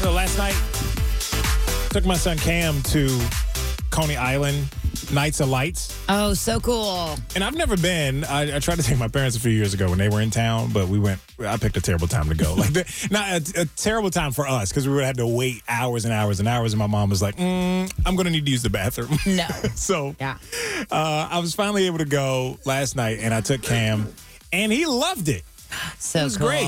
S5: So last night, took my son Cam to Coney Island Lights, Nights of Lights.
S4: Oh, so cool.
S5: And I've never been. I, I tried to take my parents a few years ago when they were in town, but we went. I picked a terrible time to go. Like, the, not a, a terrible time for us because we would have to wait hours and hours and hours. And my mom was like, mm, "I'm going to need to use the bathroom."
S4: No.
S5: so, yeah. Uh, I was finally able to go last night, and I took Cam, and he loved it.
S4: So
S5: it was great.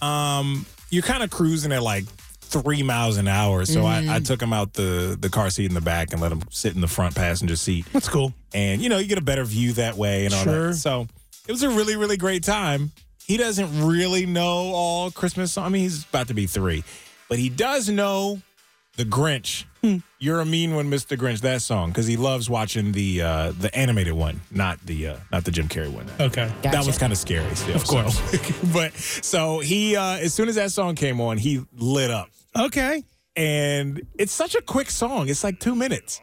S5: Um, you're kind of cruising at like three miles an hour, so
S4: Mhm.
S5: I, I took him out the the car seat in the back and let him sit in the front passenger seat.
S3: That's cool.
S5: And you know, you get a better view that way and all
S3: Sure.
S5: that. So it was a really, really great time. He doesn't really know all Christmas. songs. I mean, he's about to be three, but he does know the Grinch. You're a mean one, Mr. Grinch. That song because he loves watching the uh, the animated one, not the uh, not the Jim Carrey one.
S3: Okay.
S5: That was kind of scary still.
S3: Of course.
S5: so. but so he uh as soon as that song came on, he lit up.
S3: Okay.
S5: And it's such a quick song. It's like two minutes.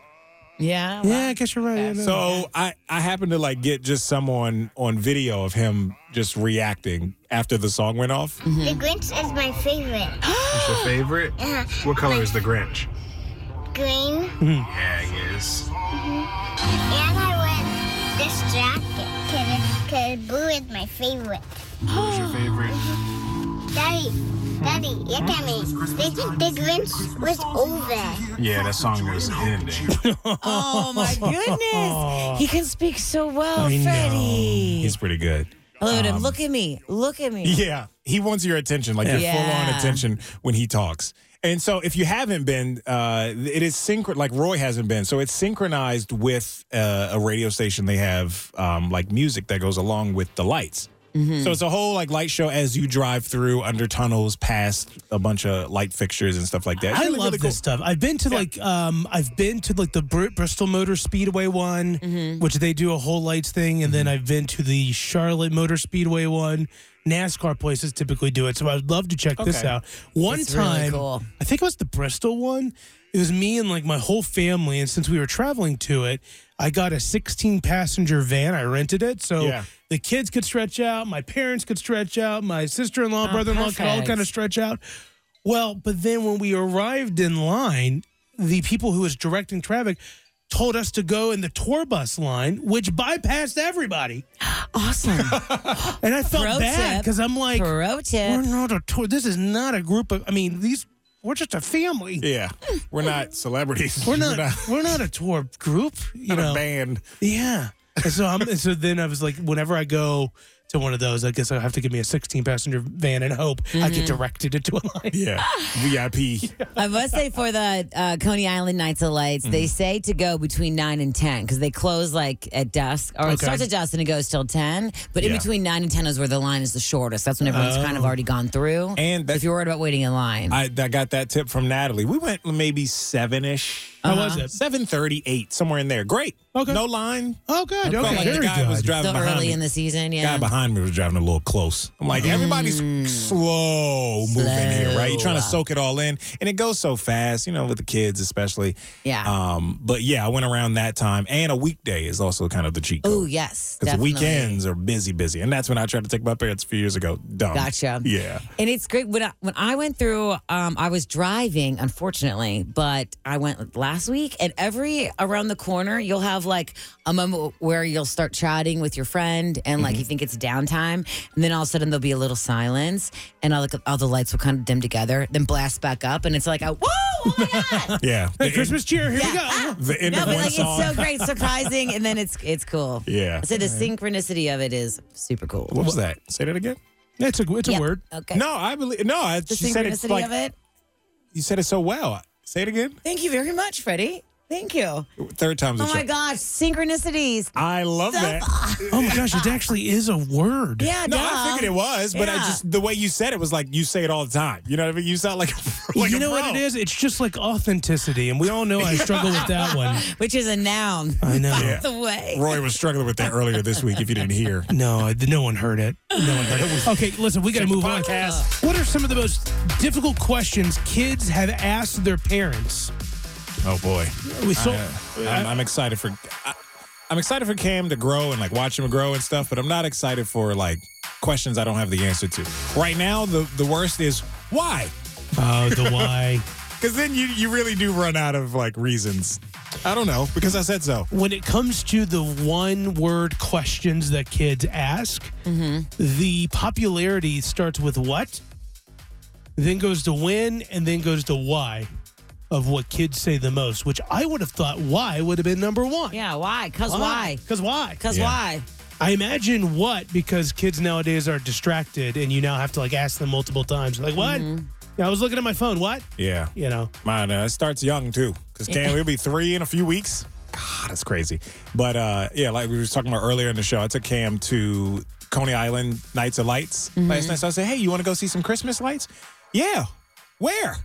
S4: Yeah.
S3: Yeah, I guess you're right. Mm-hmm.
S5: So I, I happened to like get just someone on video of him just reacting after the song went off.
S9: The Grinch is my favorite.
S5: It's your favorite?
S9: Uh-huh.
S5: What color is the Grinch? Hmm.
S9: Green. Mm-hmm.
S5: Yeah, he is.
S9: And I was distracted because blue is my favorite. Who's your favorite? Daddy, Daddy,
S5: Hmm?
S9: look at me. The, the Grinch was over.
S5: Yeah, that song was ending.
S4: Oh my goodness. He can speak so well, Freddie.
S5: He's pretty good.
S4: I love him.
S5: Um,
S4: Look at me. Look at me.
S5: Yeah, he wants your attention, like your
S4: Yeah.
S5: full on attention when he talks. And so, if you haven't been, uh, it is synchro. Like Roy hasn't been, so it's synchronized with uh, a radio station. They have um, like music that goes along with the lights.
S3: Mm-hmm.
S5: So it's a whole like light show as you drive through under tunnels, past a bunch of light fixtures and stuff like that. It's
S3: I
S5: really,
S3: love
S5: really
S3: this
S5: cool.
S3: stuff. I've been to like um I've been to like the Br- Bristol Motor Speedway one,
S5: Mm-hmm.
S3: which they do a whole lights thing, and then I've been to the Charlotte Motor Speedway one. NASCAR places typically do it, so I'd love to check this
S5: Okay.
S3: out. One
S5: It's really
S3: time,
S5: cool.
S3: I think it was the Bristol one. It was me and like my whole family, and since we were traveling to it, I got a 16 passenger van. I rented it, so
S5: Yeah.
S3: the kids could stretch out, my parents could stretch out, my sister in law,
S5: Oh,
S3: brother in law could all
S5: perfect.
S3: kind of stretch out. Well, but then when we arrived in line, the people who was directing traffic told us to go in the tour bus line, which bypassed everybody.
S4: Awesome.
S3: and I felt
S4: Pro
S3: bad
S4: tip.
S3: because I'm like,
S4: Pro tip.
S3: we're not a tour. This is not a group of. I mean, these we're just a family.
S5: Yeah, we're not celebrities.
S3: We're not. we're not a tour group. You
S5: Not a
S3: know,
S5: band.
S3: Yeah. And so I'm. and so then I was like, whenever I go. To one of those, I guess I'll have to give me a 16 passenger van and hope I get
S4: Mhm.
S3: directed into a line.
S5: Yeah. VIP.
S4: I must say for the uh, Coney Island Nights of Lights,
S5: Mm-hmm.
S4: they say to go between nine and ten because they close like at dusk, or it
S3: Okay.
S4: starts at dusk and it goes till ten. But in
S5: Yeah.
S4: between nine and ten is where the line is the shortest. That's when everyone's kind of
S5: Oh.
S4: already gone through.
S5: And
S4: if you're worried about waiting in line,
S5: I, I got that tip from Natalie. We went maybe seven ish.
S4: How was Uh-huh. it?
S5: Seven thirty eight, somewhere in there. Great. Okay. No line.
S3: Oh, good.
S5: I felt like the guy was driving
S4: so
S5: behind
S4: early
S5: me.
S4: in the season. Yeah,
S5: Guy behind me was driving a little close. I'm like, everybody's slow moving here, right? You're trying to
S4: Mm. Slow.
S5: soak it all in, and it goes so fast, you know, with the kids especially.
S4: Yeah.
S5: Um. But yeah, I went around that time, and a weekday is also kind of the cheat
S4: Oh
S5: code
S4: yes,
S5: because
S4: definitely.
S5: weekends are busy, busy, and that's when I tried to take my parents a few years ago. Dumb.
S4: Gotcha.
S5: Yeah.
S4: And it's great when I, when I went through. Um, I was driving, unfortunately, but I went last week. And every around the corner, you'll have like a moment where you'll start chatting with your friend, and
S5: Mm-hmm.
S4: like you think it's downtime, and then all of a sudden there'll be a little silence, and all the, all the lights will kind of dim together, then blast back up, and it's like a whoa! Oh my god!
S5: Yeah.
S3: Hey, Christmas cheer. Here we go.
S5: The end
S4: Ah. no,
S5: of
S4: but
S5: one
S4: like
S5: song.
S4: it's so great, surprising, and then it's it's cool.
S5: Yeah.
S4: So the synchronicity of it is super cool.
S5: What was that? Say that again.
S3: It's a it's
S4: a Yeah. word. Okay.
S5: No, I believe no. I,
S4: The
S5: she said it's
S4: synchronicity
S5: like,
S4: of it.
S5: You said it so well. Say it again.
S4: Thank you very much, Freddie. Thank you.
S5: Third time's a
S4: Oh my
S5: charm.
S4: gosh, synchronicities.
S5: I love
S4: Stop.
S5: that.
S3: Oh my gosh, it actually is a word.
S4: Yeah,
S5: No,
S4: duh.
S5: I figured it was, but I
S4: Yeah.
S5: just the way you said it was like you say it all the time. You know what I mean? You sound like, a- like
S3: you
S5: a
S3: know what
S5: pro.
S3: it is? It's just like authenticity, and we all know I struggle with that one.
S4: Which is a noun.
S3: I know.
S4: By the way.
S5: Roy was struggling with that earlier this week. If you didn't hear,
S3: No, I- no one heard it. No one heard it. Okay, listen, we got to
S5: Check the
S3: move on.
S5: podcast.
S3: What are some of the most difficult questions kids have asked their parents?
S5: oh boy,
S3: We so-
S5: I, am I'm excited for. I, I'm excited for Cam to grow and like watch him grow and stuff, but I'm not excited for like questions I don't have the answer to. Right now, the the worst is why.
S3: Oh, uh, the why.
S5: Because then you, you really do run out of like reasons. I don't know because I said so.
S3: When it comes to the one word questions that kids ask, the popularity starts with what, then goes to when, and then goes to why of what kids say the most, which I would have thought why would have been number one.
S4: Yeah, why? Cause why?
S3: Because why?
S4: Cause why?
S3: I imagine what because kids nowadays are distracted and you now have to like ask them multiple times. Like, what? Yeah, I was looking at my phone. What?
S5: Yeah.
S3: You know,
S5: mine uh, it starts young too. Because Cam, it'll be three in a few weeks. God, it's crazy. But uh, yeah, like we were talking about earlier in the show, I took Cam to Coney Island Nights of Lights last night. So I said, "Hey, you want to go see some Christmas lights?" Yeah. Where?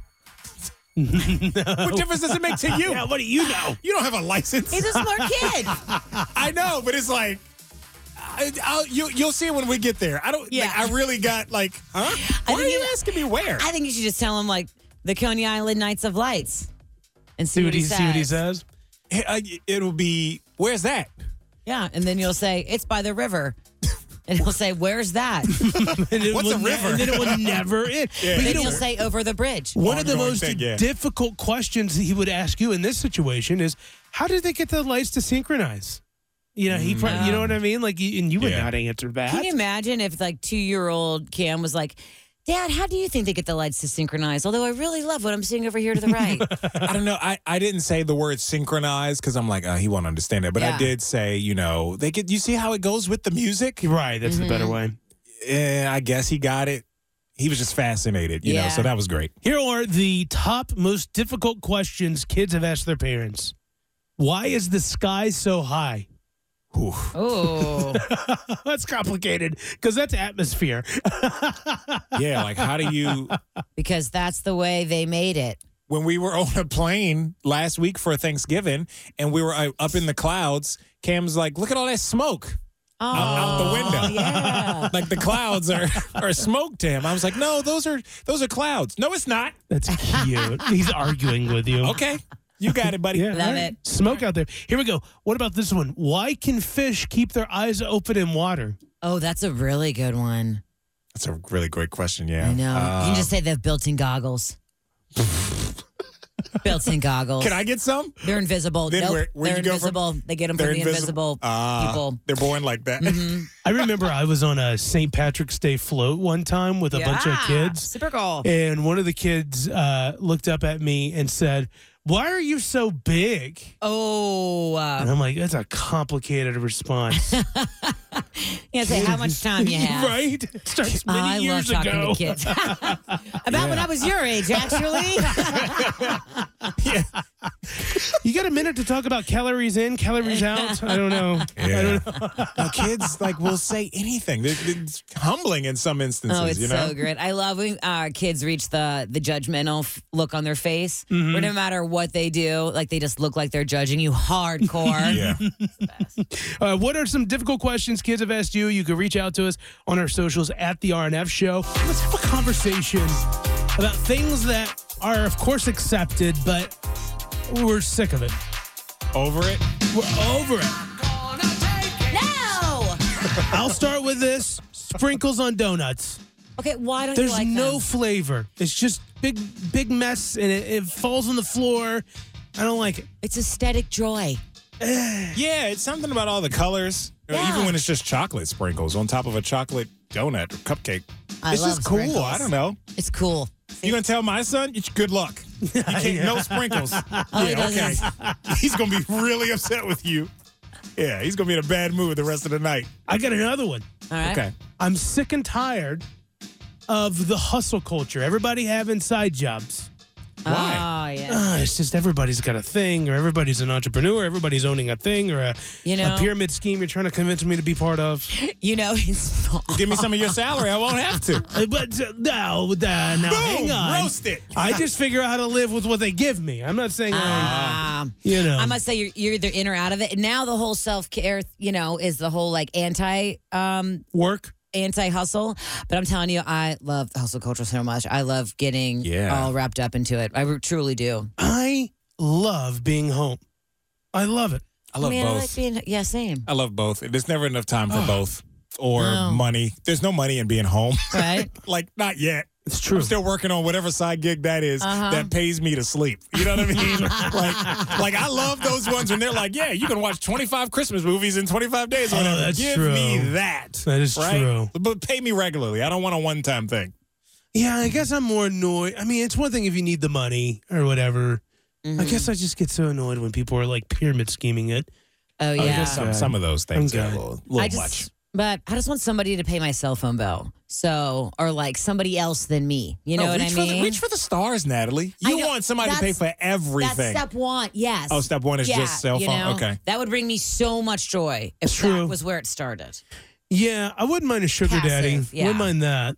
S5: What difference does it make to you?
S3: Yeah, what do you know?
S5: You don't have a license.
S4: He's a smart kid.
S5: I know, but it's like. I, I'll, you, you'll see it when we get there. I don't. Yeah. I really got like, huh? Why are you asking me where?
S4: I think you should just tell him like the Coney Island Nights of Lights, and see,
S3: see
S4: what he says.
S3: see what he says.
S5: uh, It'll be where's that?
S4: Yeah, and then you'll say it's by the river, and he'll say where's that?
S3: And it
S4: What's
S3: will
S4: a
S3: ne-
S4: river?
S3: and then it will never end.
S4: Yeah.
S3: But
S4: Then
S3: you know-
S4: he'll say over the bridge.
S3: One of the most
S5: thing, yeah.
S3: difficult questions he would ask you in this situation is, "How did they get the lights to synchronize?" You know, he, pro- you know what I mean. Like, you- and you would not answer
S4: Can
S3: that.
S4: you imagine if like two year old Cam was like, Dad, how do you think they get the lights to synchronize? Although I really love what I'm seeing over here to the right.
S5: I don't know. I, I didn't say the word synchronize because I'm like, uh, he won't understand it. But
S4: Yeah.
S5: I did say, you know, they could. You see how it goes with the music?
S3: Right. That's the better way.
S5: Eh, I guess he got it. He was just fascinated, you know.
S3: Yeah.
S5: So that was great.
S3: Here are the top most difficult questions kids have asked their parents. Why is the sky so high?
S4: Oh,
S3: that's complicated because that's atmosphere.
S5: Yeah, like how do you?
S4: because that's the way they made it.
S5: When we were on a plane last week for Thanksgiving, and we were uh, up in the clouds, Cam's like, "Look at all that smoke."
S4: Oh,
S5: out the window. like the clouds are are smoke to him. I was like, no, those are those are clouds. No, it's not.
S3: That's cute. He's arguing with you.
S5: Okay. You got it, buddy.
S3: Yeah, all right. Smoke out there. Here we go. What about this one? Why can fish keep their eyes open in water?
S4: Oh, that's a really good one.
S5: That's a really great question. Yeah.
S4: I know. you
S5: Uh,
S4: can just say they have built in goggles. built in goggles.
S5: Can I get some?
S4: They're invisible.
S5: Then
S4: Nope,
S5: where- where
S4: they're
S5: you go from-
S4: invisible. they get them from
S5: They're
S4: the invisible,
S5: Ah,
S4: people. Mm-hmm.
S5: They're born like that.
S3: I remember I was on a St. Patrick's Day float one time with a bunch of
S4: Yeah,
S3: kids.
S4: Super cool.
S3: And one of the kids uh, looked up at me and said, Why are you so big?
S4: Oh,
S3: And
S4: uh,
S3: I'm like, That's a complicated response.
S4: yeah. Say how much time you have.
S3: right? It starts
S4: Oh,
S3: many
S4: I love
S3: years
S4: talking
S3: ago.
S4: to kids. About when I was your age, actually.
S3: you got a minute to talk about calories in, calories out? I don't know. I
S5: Yeah.
S3: don't know.
S5: Now, kids like will say anything. They're- It's humbling in some instances.
S4: oh, it's
S5: you know.
S4: so great. I love when uh, kids reach the the judgmental f- look on their face.
S3: Mhm.
S4: Where
S5: Mm-hmm.
S4: no matter what they do, like they just look like they're judging you hardcore.
S5: Yeah.
S3: Uh, what are some difficult questions kids have asked you? You can reach out to us on our socials at the RNF Show. Let's have a conversation about things that are, of course, accepted, but we're sick of it.
S5: Over it.
S3: We're over it.
S4: No.
S3: I'll start with this: sprinkles on donuts.
S4: Okay, why don't
S3: There's
S4: you like
S3: no
S4: them?
S3: flavor. It's just big, big mess, and it, it falls on the floor. I don't like it.
S4: It's aesthetic joy.
S5: Yeah, it's something about all the colors. You know, Even when it's just chocolate sprinkles on top of a chocolate donut or cupcake.
S4: I
S5: it's
S4: love
S5: just cool.
S4: sprinkles.
S5: I don't know.
S4: It's cool.
S5: You gonna tell my son? It's good luck. You can't, No sprinkles.
S4: Oh, he
S5: yeah,
S4: does
S5: okay. he's gonna be really upset with you. Yeah, he's gonna be in a bad mood the rest of the night.
S3: I got another one.
S4: All right.
S5: Okay.
S3: I'm sick and tired of the hustle culture. Everybody having side jobs.
S4: Why? Oh yeah.
S3: Uh, it's just everybody's got a thing, or everybody's an entrepreneur, everybody's owning a thing, or a,
S4: You know-
S3: a pyramid scheme you're trying to convince me to be part of.
S4: You know, it's
S5: Give me some of your salary. I won't have to.
S3: Uh, but uh, no, uh, now hang on.
S5: Roast it.
S3: I just figure out how to live with what they give me. I'm not saying, I,
S4: Um,
S3: you know,
S4: I must say you're, you're either in or out of it. And now the whole self care, you know, is the whole like anti um
S3: work.
S4: anti hustle. But I'm telling you, I love the hustle culture so much. I love getting
S5: Yeah.
S4: all wrapped up into it. I re- truly do.
S3: I love being home. I love it.
S5: I love
S4: Man, I like
S5: both.
S4: being yeah, same.
S5: I love both. There's never enough time for both or
S4: No.
S5: money. There's no money in being home.
S4: Right?
S5: like not yet. It's true. I'm still working on whatever side gig that is
S15: Uh-huh.
S5: that pays me to sleep. You know what I mean? like, like I love those ones when they're like, "Yeah, you can watch 25 Christmas movies in 25 days." or
S3: Oh,
S5: whatever.
S3: that's
S5: Give
S3: true.
S5: me that.
S3: That is
S5: right?
S3: true.
S5: But pay me regularly. I don't want a one-time thing.
S3: Yeah, I guess I'm more annoyed. I mean, it's one thing if you need the money or whatever. I
S4: Mm-hmm.
S3: guess I just get so annoyed when people are like pyramid scheming it.
S4: Oh, yeah.
S5: some- some of those things are a little-
S4: I just, But I just want somebody to pay my cell phone bill. So, or like somebody else than me. You know
S5: No,
S4: what I
S5: Oh, reach for the-
S4: mean?
S5: reach for the stars, Natalie. You want somebody to pay
S4: that's-
S5: for everything.
S4: That's step one. Yes.
S5: Oh, step one is
S4: Yeah,
S5: just cell
S4: you
S5: phone.
S4: know?
S5: Okay.
S4: That would bring me so much joy if
S3: True.
S4: that was where it started.
S3: Yeah, I wouldn't mind a sugar daddy.
S4: Passive, yeah.
S3: Wouldn't mind that.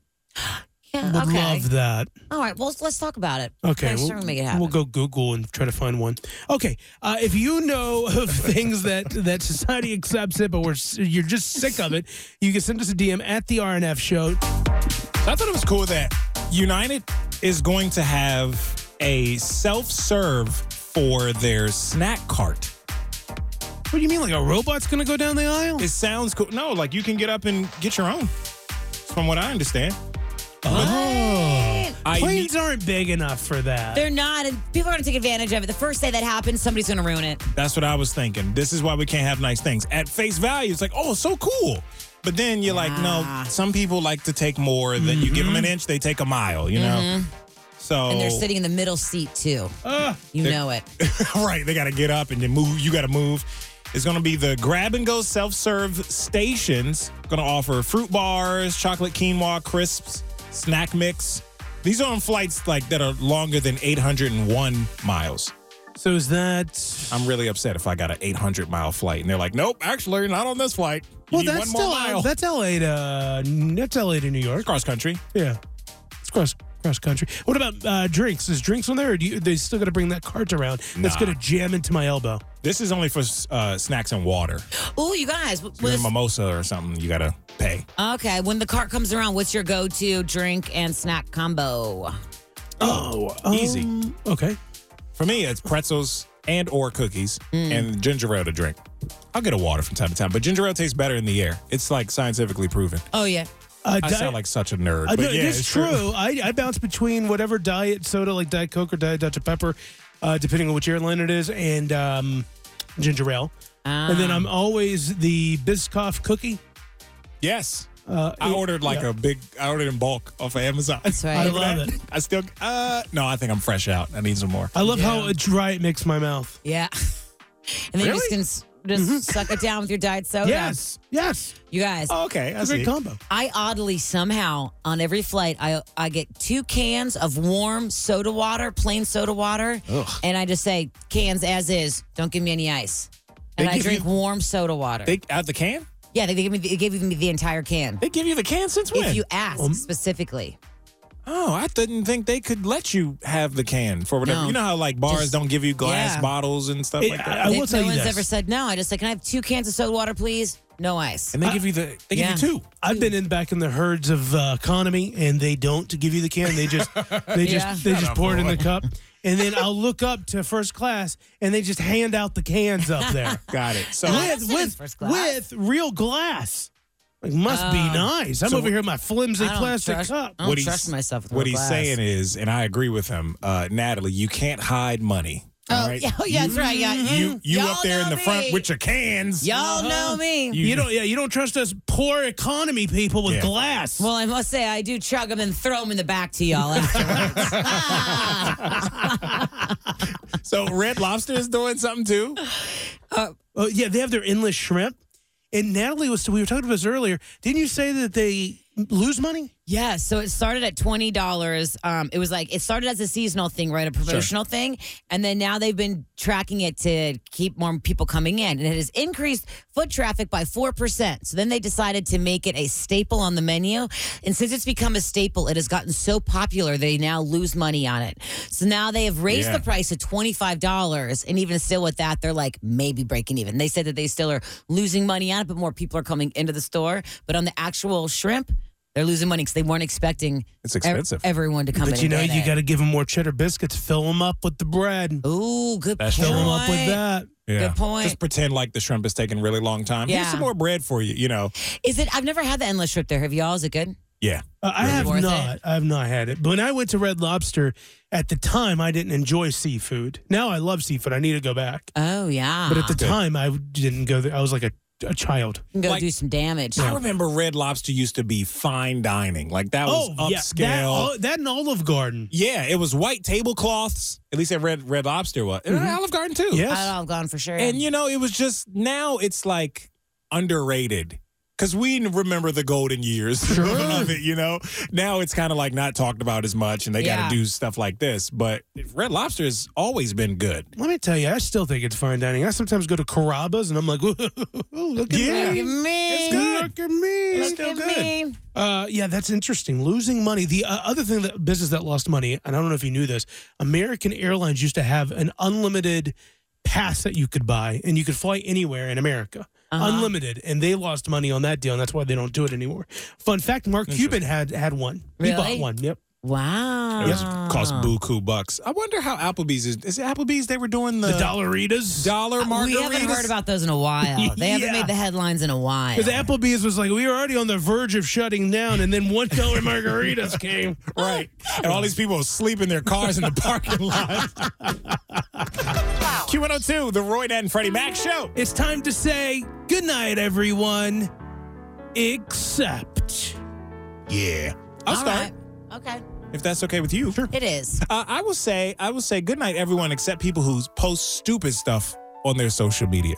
S4: Yeah.
S3: Would
S4: okay.
S3: love that.
S4: All right. Well, let's talk about it.
S3: Okay,
S4: Let's
S3: we'll,
S4: try to make it happen.
S3: we'll go Google and try to find one. Okay, uh, if you know of things that that society accepts it, but we're s- you're just sick of it, you can send us a DM at the RNF Show.
S5: I thought it was cool that United is going to have a self-serve for their snack cart.
S3: What do you mean, like a robot's going to go down the aisle?
S5: It sounds cool. No, like you can get up and get your own. From what I understand.
S3: Oh,
S5: I
S3: planes aren't big enough for that.
S4: They're not, and people are going to take advantage of it. The first day that happens, somebody's going to ruin it.
S5: That's what I was thinking. This is why we can't have nice things. At face value, it's like, oh, so cool. But then you're like, no, some people like to take more than you give them an inch, they take a mile, you know?
S4: Mhm.
S5: So
S4: Mm-hmm. And they're sitting in the middle seat, too. you
S5: Oh. Ah. They-
S4: know it.
S5: right. They got to get up and then move. You got to move. It's going to be the grab and go self serve stations. Going to offer fruit bars, chocolate quinoa crisps, snack mix. These are on flights like that are longer than 801 miles.
S3: So is that?
S5: I'm really upset if I got an 800 mile flight and they're like, nope, actually you're not on this flight. You
S3: Well,
S5: need
S3: that's
S5: one
S3: still
S5: more mile.
S3: that's LA to uh, that's LA to New York.
S5: Cross country.
S3: Yeah, it's cross cross country. What about uh, drinks? Is drinks on there? Or do you, they still got to bring that cart around? That's
S5: Nah.
S3: going to jam into my elbow.
S5: This is only for uh, snacks and water.
S4: Oh, you guys. w-
S5: You're a
S4: was-
S5: mimosa or something, you got to pay.
S4: okay. When the cart comes around, what's your go to drink and snack combo?
S5: Oh, easy.
S3: Um, okay.
S5: For me, it's pretzels and or cookies
S3: Mm.
S5: and ginger ale to drink. I'll get a water from time to time, but ginger ale tastes better in the air. It's like scientifically proven.
S4: Oh, yeah.
S3: Uh,
S5: I
S3: di-
S5: sound like such a nerd,
S3: I
S5: but
S3: know,
S5: yeah,
S3: it is true. I, I bounce between whatever diet soda, like Diet Coke or Diet Dr. Pepper, uh, depending on which airline it is, and um, ginger ale.
S4: Ah,
S3: And then I'm always the Biscoff cookie.
S5: Yes.
S3: Uh,
S5: I
S3: it-
S5: ordered like
S3: yeah.
S5: a big. I ordered in bulk off of Amazon. That's
S4: right.
S3: I love it. Uh,
S5: I still. Uh, no, I think I'm fresh out. I need some more.
S3: I love how dry it makes my mouth.
S4: Yeah. And then you
S3: Really?
S4: just can s- just suck it down with your diet soda.
S3: Yes. Yes.
S4: You guys.
S5: Mm-hmm. Oh, okay.
S3: It's a great combo.
S4: I oddly somehow on every flight I I get two cans of warm soda water, plain soda water,
S5: Ugh.
S4: and I just say cans as is. Don't give me any ice. And
S5: They
S4: I
S5: give
S4: drink warm soda water.
S5: They out the can.
S4: yeah, they, they, give me, they gave me the entire can.
S5: They give you the can since
S4: If
S5: when?
S4: you ask specifically.
S5: Oh, I didn't think they could let you have the can for whatever.
S4: No.
S5: You know how like bars
S4: Just-
S5: don't give you glass
S4: yeah.
S5: bottles and stuff
S3: It-
S5: like that.
S3: I- I will
S4: That
S3: tell
S4: no
S3: you
S4: one's
S3: this.
S4: ever said no. I just said, can I have two cans of soda water, please? No ice.
S5: and they give you the. They
S4: Yeah.
S5: give you two.
S3: I've been in back in the herds of uh, economy, and they don't give you the can. They just they just
S4: Yeah.
S3: they
S4: Shut
S3: just
S4: up,
S3: pour it in the cup, and then I'll look up to first class, and they just hand out the cans up there
S5: Got it. So
S3: with
S4: in
S3: with
S4: first class.
S3: with real glass. Like must be
S4: Oh.
S3: nice. I'm
S5: So
S3: over here in my flimsy
S4: I don't
S3: plastic
S4: trust- Oh.
S3: cup.
S4: I don't trust myself with
S5: what
S4: real
S5: he's
S4: glass.
S5: saying is, and I agree with him, uh, Natalie. You can't hide money.
S4: Oh,
S5: all right?
S4: yeah, oh, yeah, that's right, yeah. Mm-hmm.
S5: You you
S4: Y'all
S5: up there in
S4: know
S5: the front
S4: me.
S5: with your cans.
S4: Y'all know me.
S3: You, don't yeah you don't trust us poor economy people with
S5: Yeah.
S3: glass.
S4: Well, I must say, I do chug them and throw them in the back to y'all afterwards.
S5: So Red Lobster is doing something too.
S3: Oh yeah, they have their endless shrimp. And Natalie was we were talking about this earlier. Didn't you say that they lose money?
S4: yeah, so it started at twenty dollars. Um, it was like it started as a seasonal thing, right, a promotional thing, and then now they've been tracking it to keep more people coming in, and it has increased foot traffic by four percent. So then they decided to make it a staple on the menu, and since it's become a staple, it has gotten so popular they now lose money on it. So now they have raised
S5: Yeah.
S4: the price to twenty five dollars, and even still with that, they're like maybe breaking even. They said that they still are losing money on it, but more people are coming into the store. But on the actual shrimp, they're losing money because they weren't expecting
S5: It's
S4: ev-
S5: expensive.
S4: everyone to come in.
S3: But you
S4: and
S3: know,
S4: get
S3: you
S4: it.
S3: got to give them more cheddar biscuits. Fill them up with the bread.
S4: Ooh, good
S5: That's
S4: point.
S3: Fill them up with that.
S5: Yeah.
S4: Good point.
S5: Just pretend like the shrimp is taking a really long time. Here's
S4: Yeah.
S5: some more bread for you. You know.
S4: Is it? I've never had the endless shrimp there. Have y'all? Is it good?
S5: Yeah.
S3: Uh, I have
S5: Worth
S3: not. I have not had it. But when I went to Red Lobster, at the time I didn't enjoy seafood. Now I love seafood. I need to go back.
S4: Oh yeah.
S3: But at the time I didn't go there. I was like a, a child.
S4: You can go do some damage.
S5: I remember Red Lobster used to be fine dining. Like that was
S3: Oh, yeah.
S5: upscale.
S3: That- oh, that and Olive Garden.
S5: Yeah, it was white tablecloths. At least at Red Red Lobster was. And
S4: Mm-hmm.
S5: Olive Garden too.
S4: Yes. At Olive Garden for sure.
S5: And you know, it was just now it's like underrated. Cause we remember the golden years of it, you know. Now it's kind of like not talked about as much, and they
S3: Yeah.
S5: got to do stuff like this. But Red Lobster has always been good.
S3: Let me tell you, I still think it's fine dining. I sometimes go to Carrabba's and I'm like, "Whoa, look at
S5: Yeah.
S3: me. It's
S4: me.
S5: Look at
S3: good. Look at me. It's
S4: Look
S3: still
S4: at
S3: good.
S4: me.
S3: Uh, yeah, that's interesting. Losing money. The uh, other thing that business that lost money, and I don't know if you knew this, American Airlines used to have an unlimited pass that you could buy, and you could fly anywhere in America.
S4: Uh-huh.
S3: Unlimited, and they lost money on that deal, and that's why they don't do it anymore. Fun fact: Mark Cuban had had one. He
S5: Really?
S3: bought one. Yep.
S4: Wow.
S5: Yes, cost buku bucks. I wonder how Applebee's is. Is it Applebee's? They were doing the,
S3: The Dollaritas?
S5: dollar margaritas.
S4: We haven't heard about those in a while. They haven't
S3: Yeah.
S4: made the headlines in a while.
S3: Because Applebee's was like, we were already on the verge of shutting down, and then one dollar margaritas came.
S5: Right. And all these people sleep in their cars in the parking lot. Q102, the Roy Dad and Freddie Mac Show.
S3: It's time to say goodnight, everyone, except.
S5: Yeah. I'll
S4: All
S5: start.
S4: right. Okay.
S5: If that's okay with you. Sure.
S4: It is.
S5: Uh, I will say, I will say good night, everyone, except people who post stupid stuff on their social media.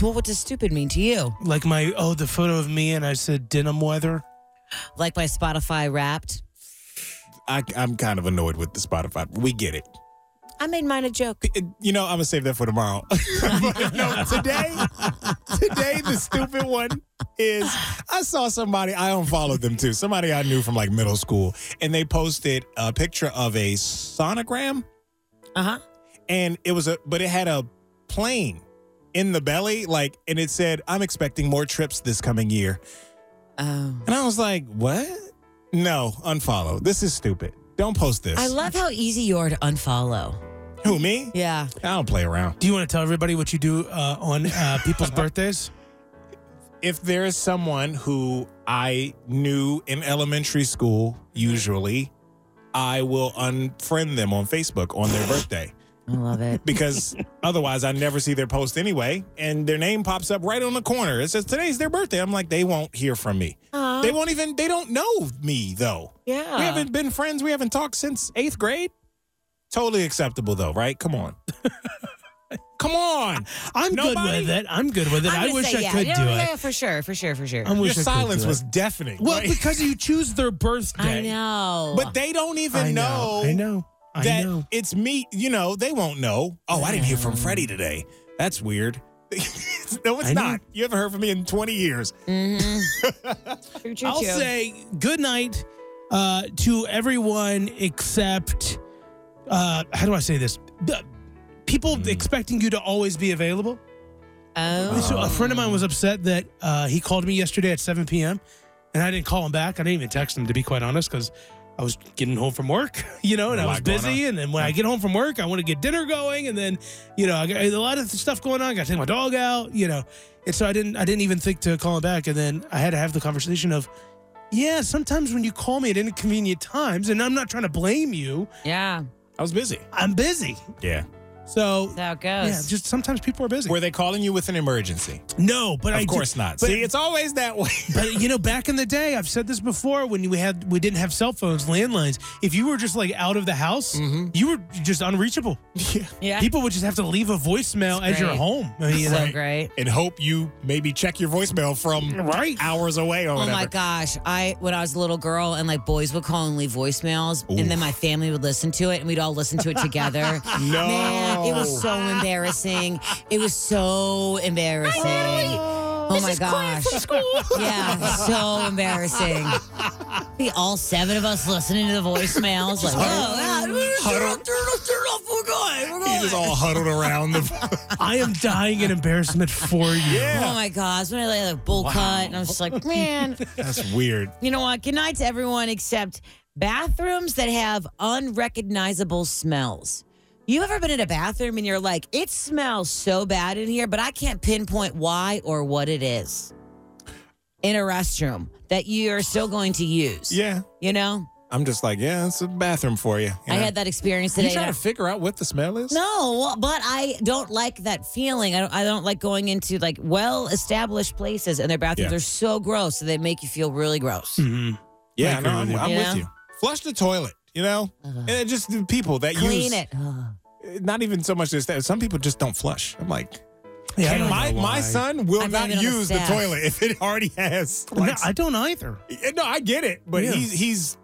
S4: Well, what does stupid mean to you?
S3: Like my, oh, the photo of me, and I said denim weather.
S4: Like my Spotify Wrapped.
S5: I, I'm kind of annoyed with the Spotify. We get it.
S4: I made mine a joke.
S5: It- You know, I'm gonna save that for tomorrow. but no, today, today the stupid one is I saw somebody I unfollowed them too. Somebody I knew from like middle school, and they posted a picture of a sonogram.
S4: Uh huh.
S5: And it was a, but it had a plane in the belly, like, and it said, "I'm expecting more trips this coming year."
S4: Oh.
S5: And I was like, "What? No, unfollow. This is stupid. Don't post this."
S4: I love how easy you are to unfollow.
S5: Who me?
S4: Yeah.
S5: I don't play around.
S3: Do you want to tell everybody what you do uh, on uh, people's birthdays?
S5: if there is someone who I knew in elementary school, usually, I will unfriend them on Facebook on their birthday
S4: I love it.
S5: because otherwise I never see their post anyway. And their name pops up right on the corner. It says today's their birthday. I'm like, they won't hear from me.
S4: Aw.
S5: They won't even, they don't know me though.
S4: Yeah.
S5: We haven't been friends. We haven't talked since eighth grade. Totally acceptable though, right? Come on. Come on.
S3: I'm
S5: Nobody-
S3: good with it. I'm good with it.
S4: I'm
S3: I
S4: gonna
S3: wish
S4: say
S3: I
S4: yeah.
S3: could
S4: yeah,
S3: do
S4: yeah,
S3: it.
S4: for sure, for sure, for sure.
S3: I wish
S5: Your
S3: I could
S5: silence
S3: do it.
S5: was deafening.
S3: Well,
S5: right?
S3: because you choose their birthday.
S4: I know.
S5: But they don't even
S3: I
S5: know,
S3: know. I know. I
S5: that
S3: know.
S5: it's me. You know, they won't know. Oh, I didn't hear from Freddie today. That's weird. no, it's
S3: I know.
S5: not. You haven't heard from me in 20 years.
S4: Mm-hmm.
S3: I'll say good night uh, to everyone except uh, how do I say this? The- people expecting you to always be available.
S4: Oh.
S3: So a friend of mine was upset that uh, he called me yesterday at 7 p.m. and I didn't call him back. I didn't even text him to be quite honest because I was getting home from work, you know, and I
S5: A lot
S3: was
S5: going
S3: busy. And then when I get home from work, I want to get dinner going, and then you know, I got a lot of stuff going on. I got to take my dog out, you know, and so I didn't, I didn't even think to call him back. And then I had to have the conversation of, yeah, sometimes when you call me at inconvenient times, and I'm not trying to blame you,
S4: Yeah.
S5: I was busy.
S3: I'm busy.
S5: Yeah.
S3: So
S4: That's how it goes.
S3: yeah, just sometimes people are busy.
S5: Were they calling you with an emergency?
S3: no, but I
S5: of
S3: do-
S5: course not.
S3: But
S5: See, it's always that way.
S3: But you know, back in the day, I've said this before when we had we didn't have cell phones, landlines. If you were just like out of the house,
S5: Mm-hmm.
S3: you were just unreachable.
S4: Yeah.
S3: People would just have to leave a voicemail
S4: It's
S3: as your
S4: great.
S3: home. I mean,
S4: so
S3: like,
S4: great.
S5: and hope you maybe check your voicemail from
S3: Right.
S5: hours away or
S4: Oh
S5: whatever.
S4: my gosh. I when I was a little girl and like boys would call and leave voicemails and then my family would listen to it and we'd all listen to it together.
S5: No.
S4: Man, it was so embarrassing. It was so embarrassing. Oh my gosh. yeah, so embarrassing. Be all seven of us listening to the voicemails like, oh, turn off, turn off, turn off, we're going, we're
S5: You
S4: going.
S5: just all huddled around the.
S3: I am dying in embarrassment for you.
S4: Oh my gosh, when I had a bull cut and I was just like, man.
S5: That's weird.
S4: You know what? Good night to everyone except bathrooms that have unrecognizable smells. You ever been in a bathroom and you're like, it smells so bad in here, but I can't pinpoint why or what it is? in a restroom that you're still going to use.
S5: Yeah.
S4: You know?
S5: I'm just like, yeah, it's a bathroom for you. you
S4: I
S5: know?
S4: had that experience today.
S5: You trying
S4: and I-
S5: to figure out what the smell is?
S4: no, but I don't like that feeling. I don't, I don't like going into like well established places and their bathrooms
S5: Yeah. Mm-hmm.
S4: are so gross. So they make you feel really gross.
S5: Yeah,
S4: I
S5: no,
S4: agree with
S5: I'm,
S4: you.
S5: I'm
S4: Yeah. Uh-huh.
S5: with you. Flush the toilet, you know? and it just the people that
S4: Clean
S5: use
S4: it.
S5: Not even so much this. that- Some people just don't flush. I'm like,
S3: Yeah, I
S5: "Can
S3: don't
S5: my,
S3: know
S5: my
S3: why."
S5: son will
S3: I'm not even
S5: not
S3: on the
S5: use the,
S3: staff.
S5: toilet if it already has.
S3: no, I don't either.
S5: No, I get it, but
S3: Yeah.
S5: he's he's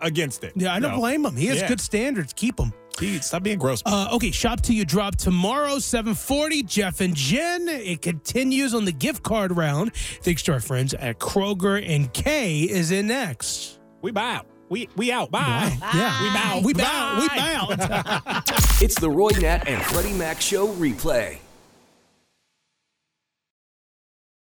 S5: against it.
S3: Yeah, I don't
S5: No.
S3: blame him. He has
S5: Yeah.
S3: good standards. Keep him.
S5: Dude, stop being gross.
S3: Uh, okay, shop till you drop tomorrow, 740. Jeff and Jen. It continues on the gift card round. Thanks to our friends at Kroger and K is in next.
S5: We buy out. We we out. Bye.
S3: Yeah, we bow. We bow. We bow.
S2: it's the Roy Nat and Freddie Mac Show replay.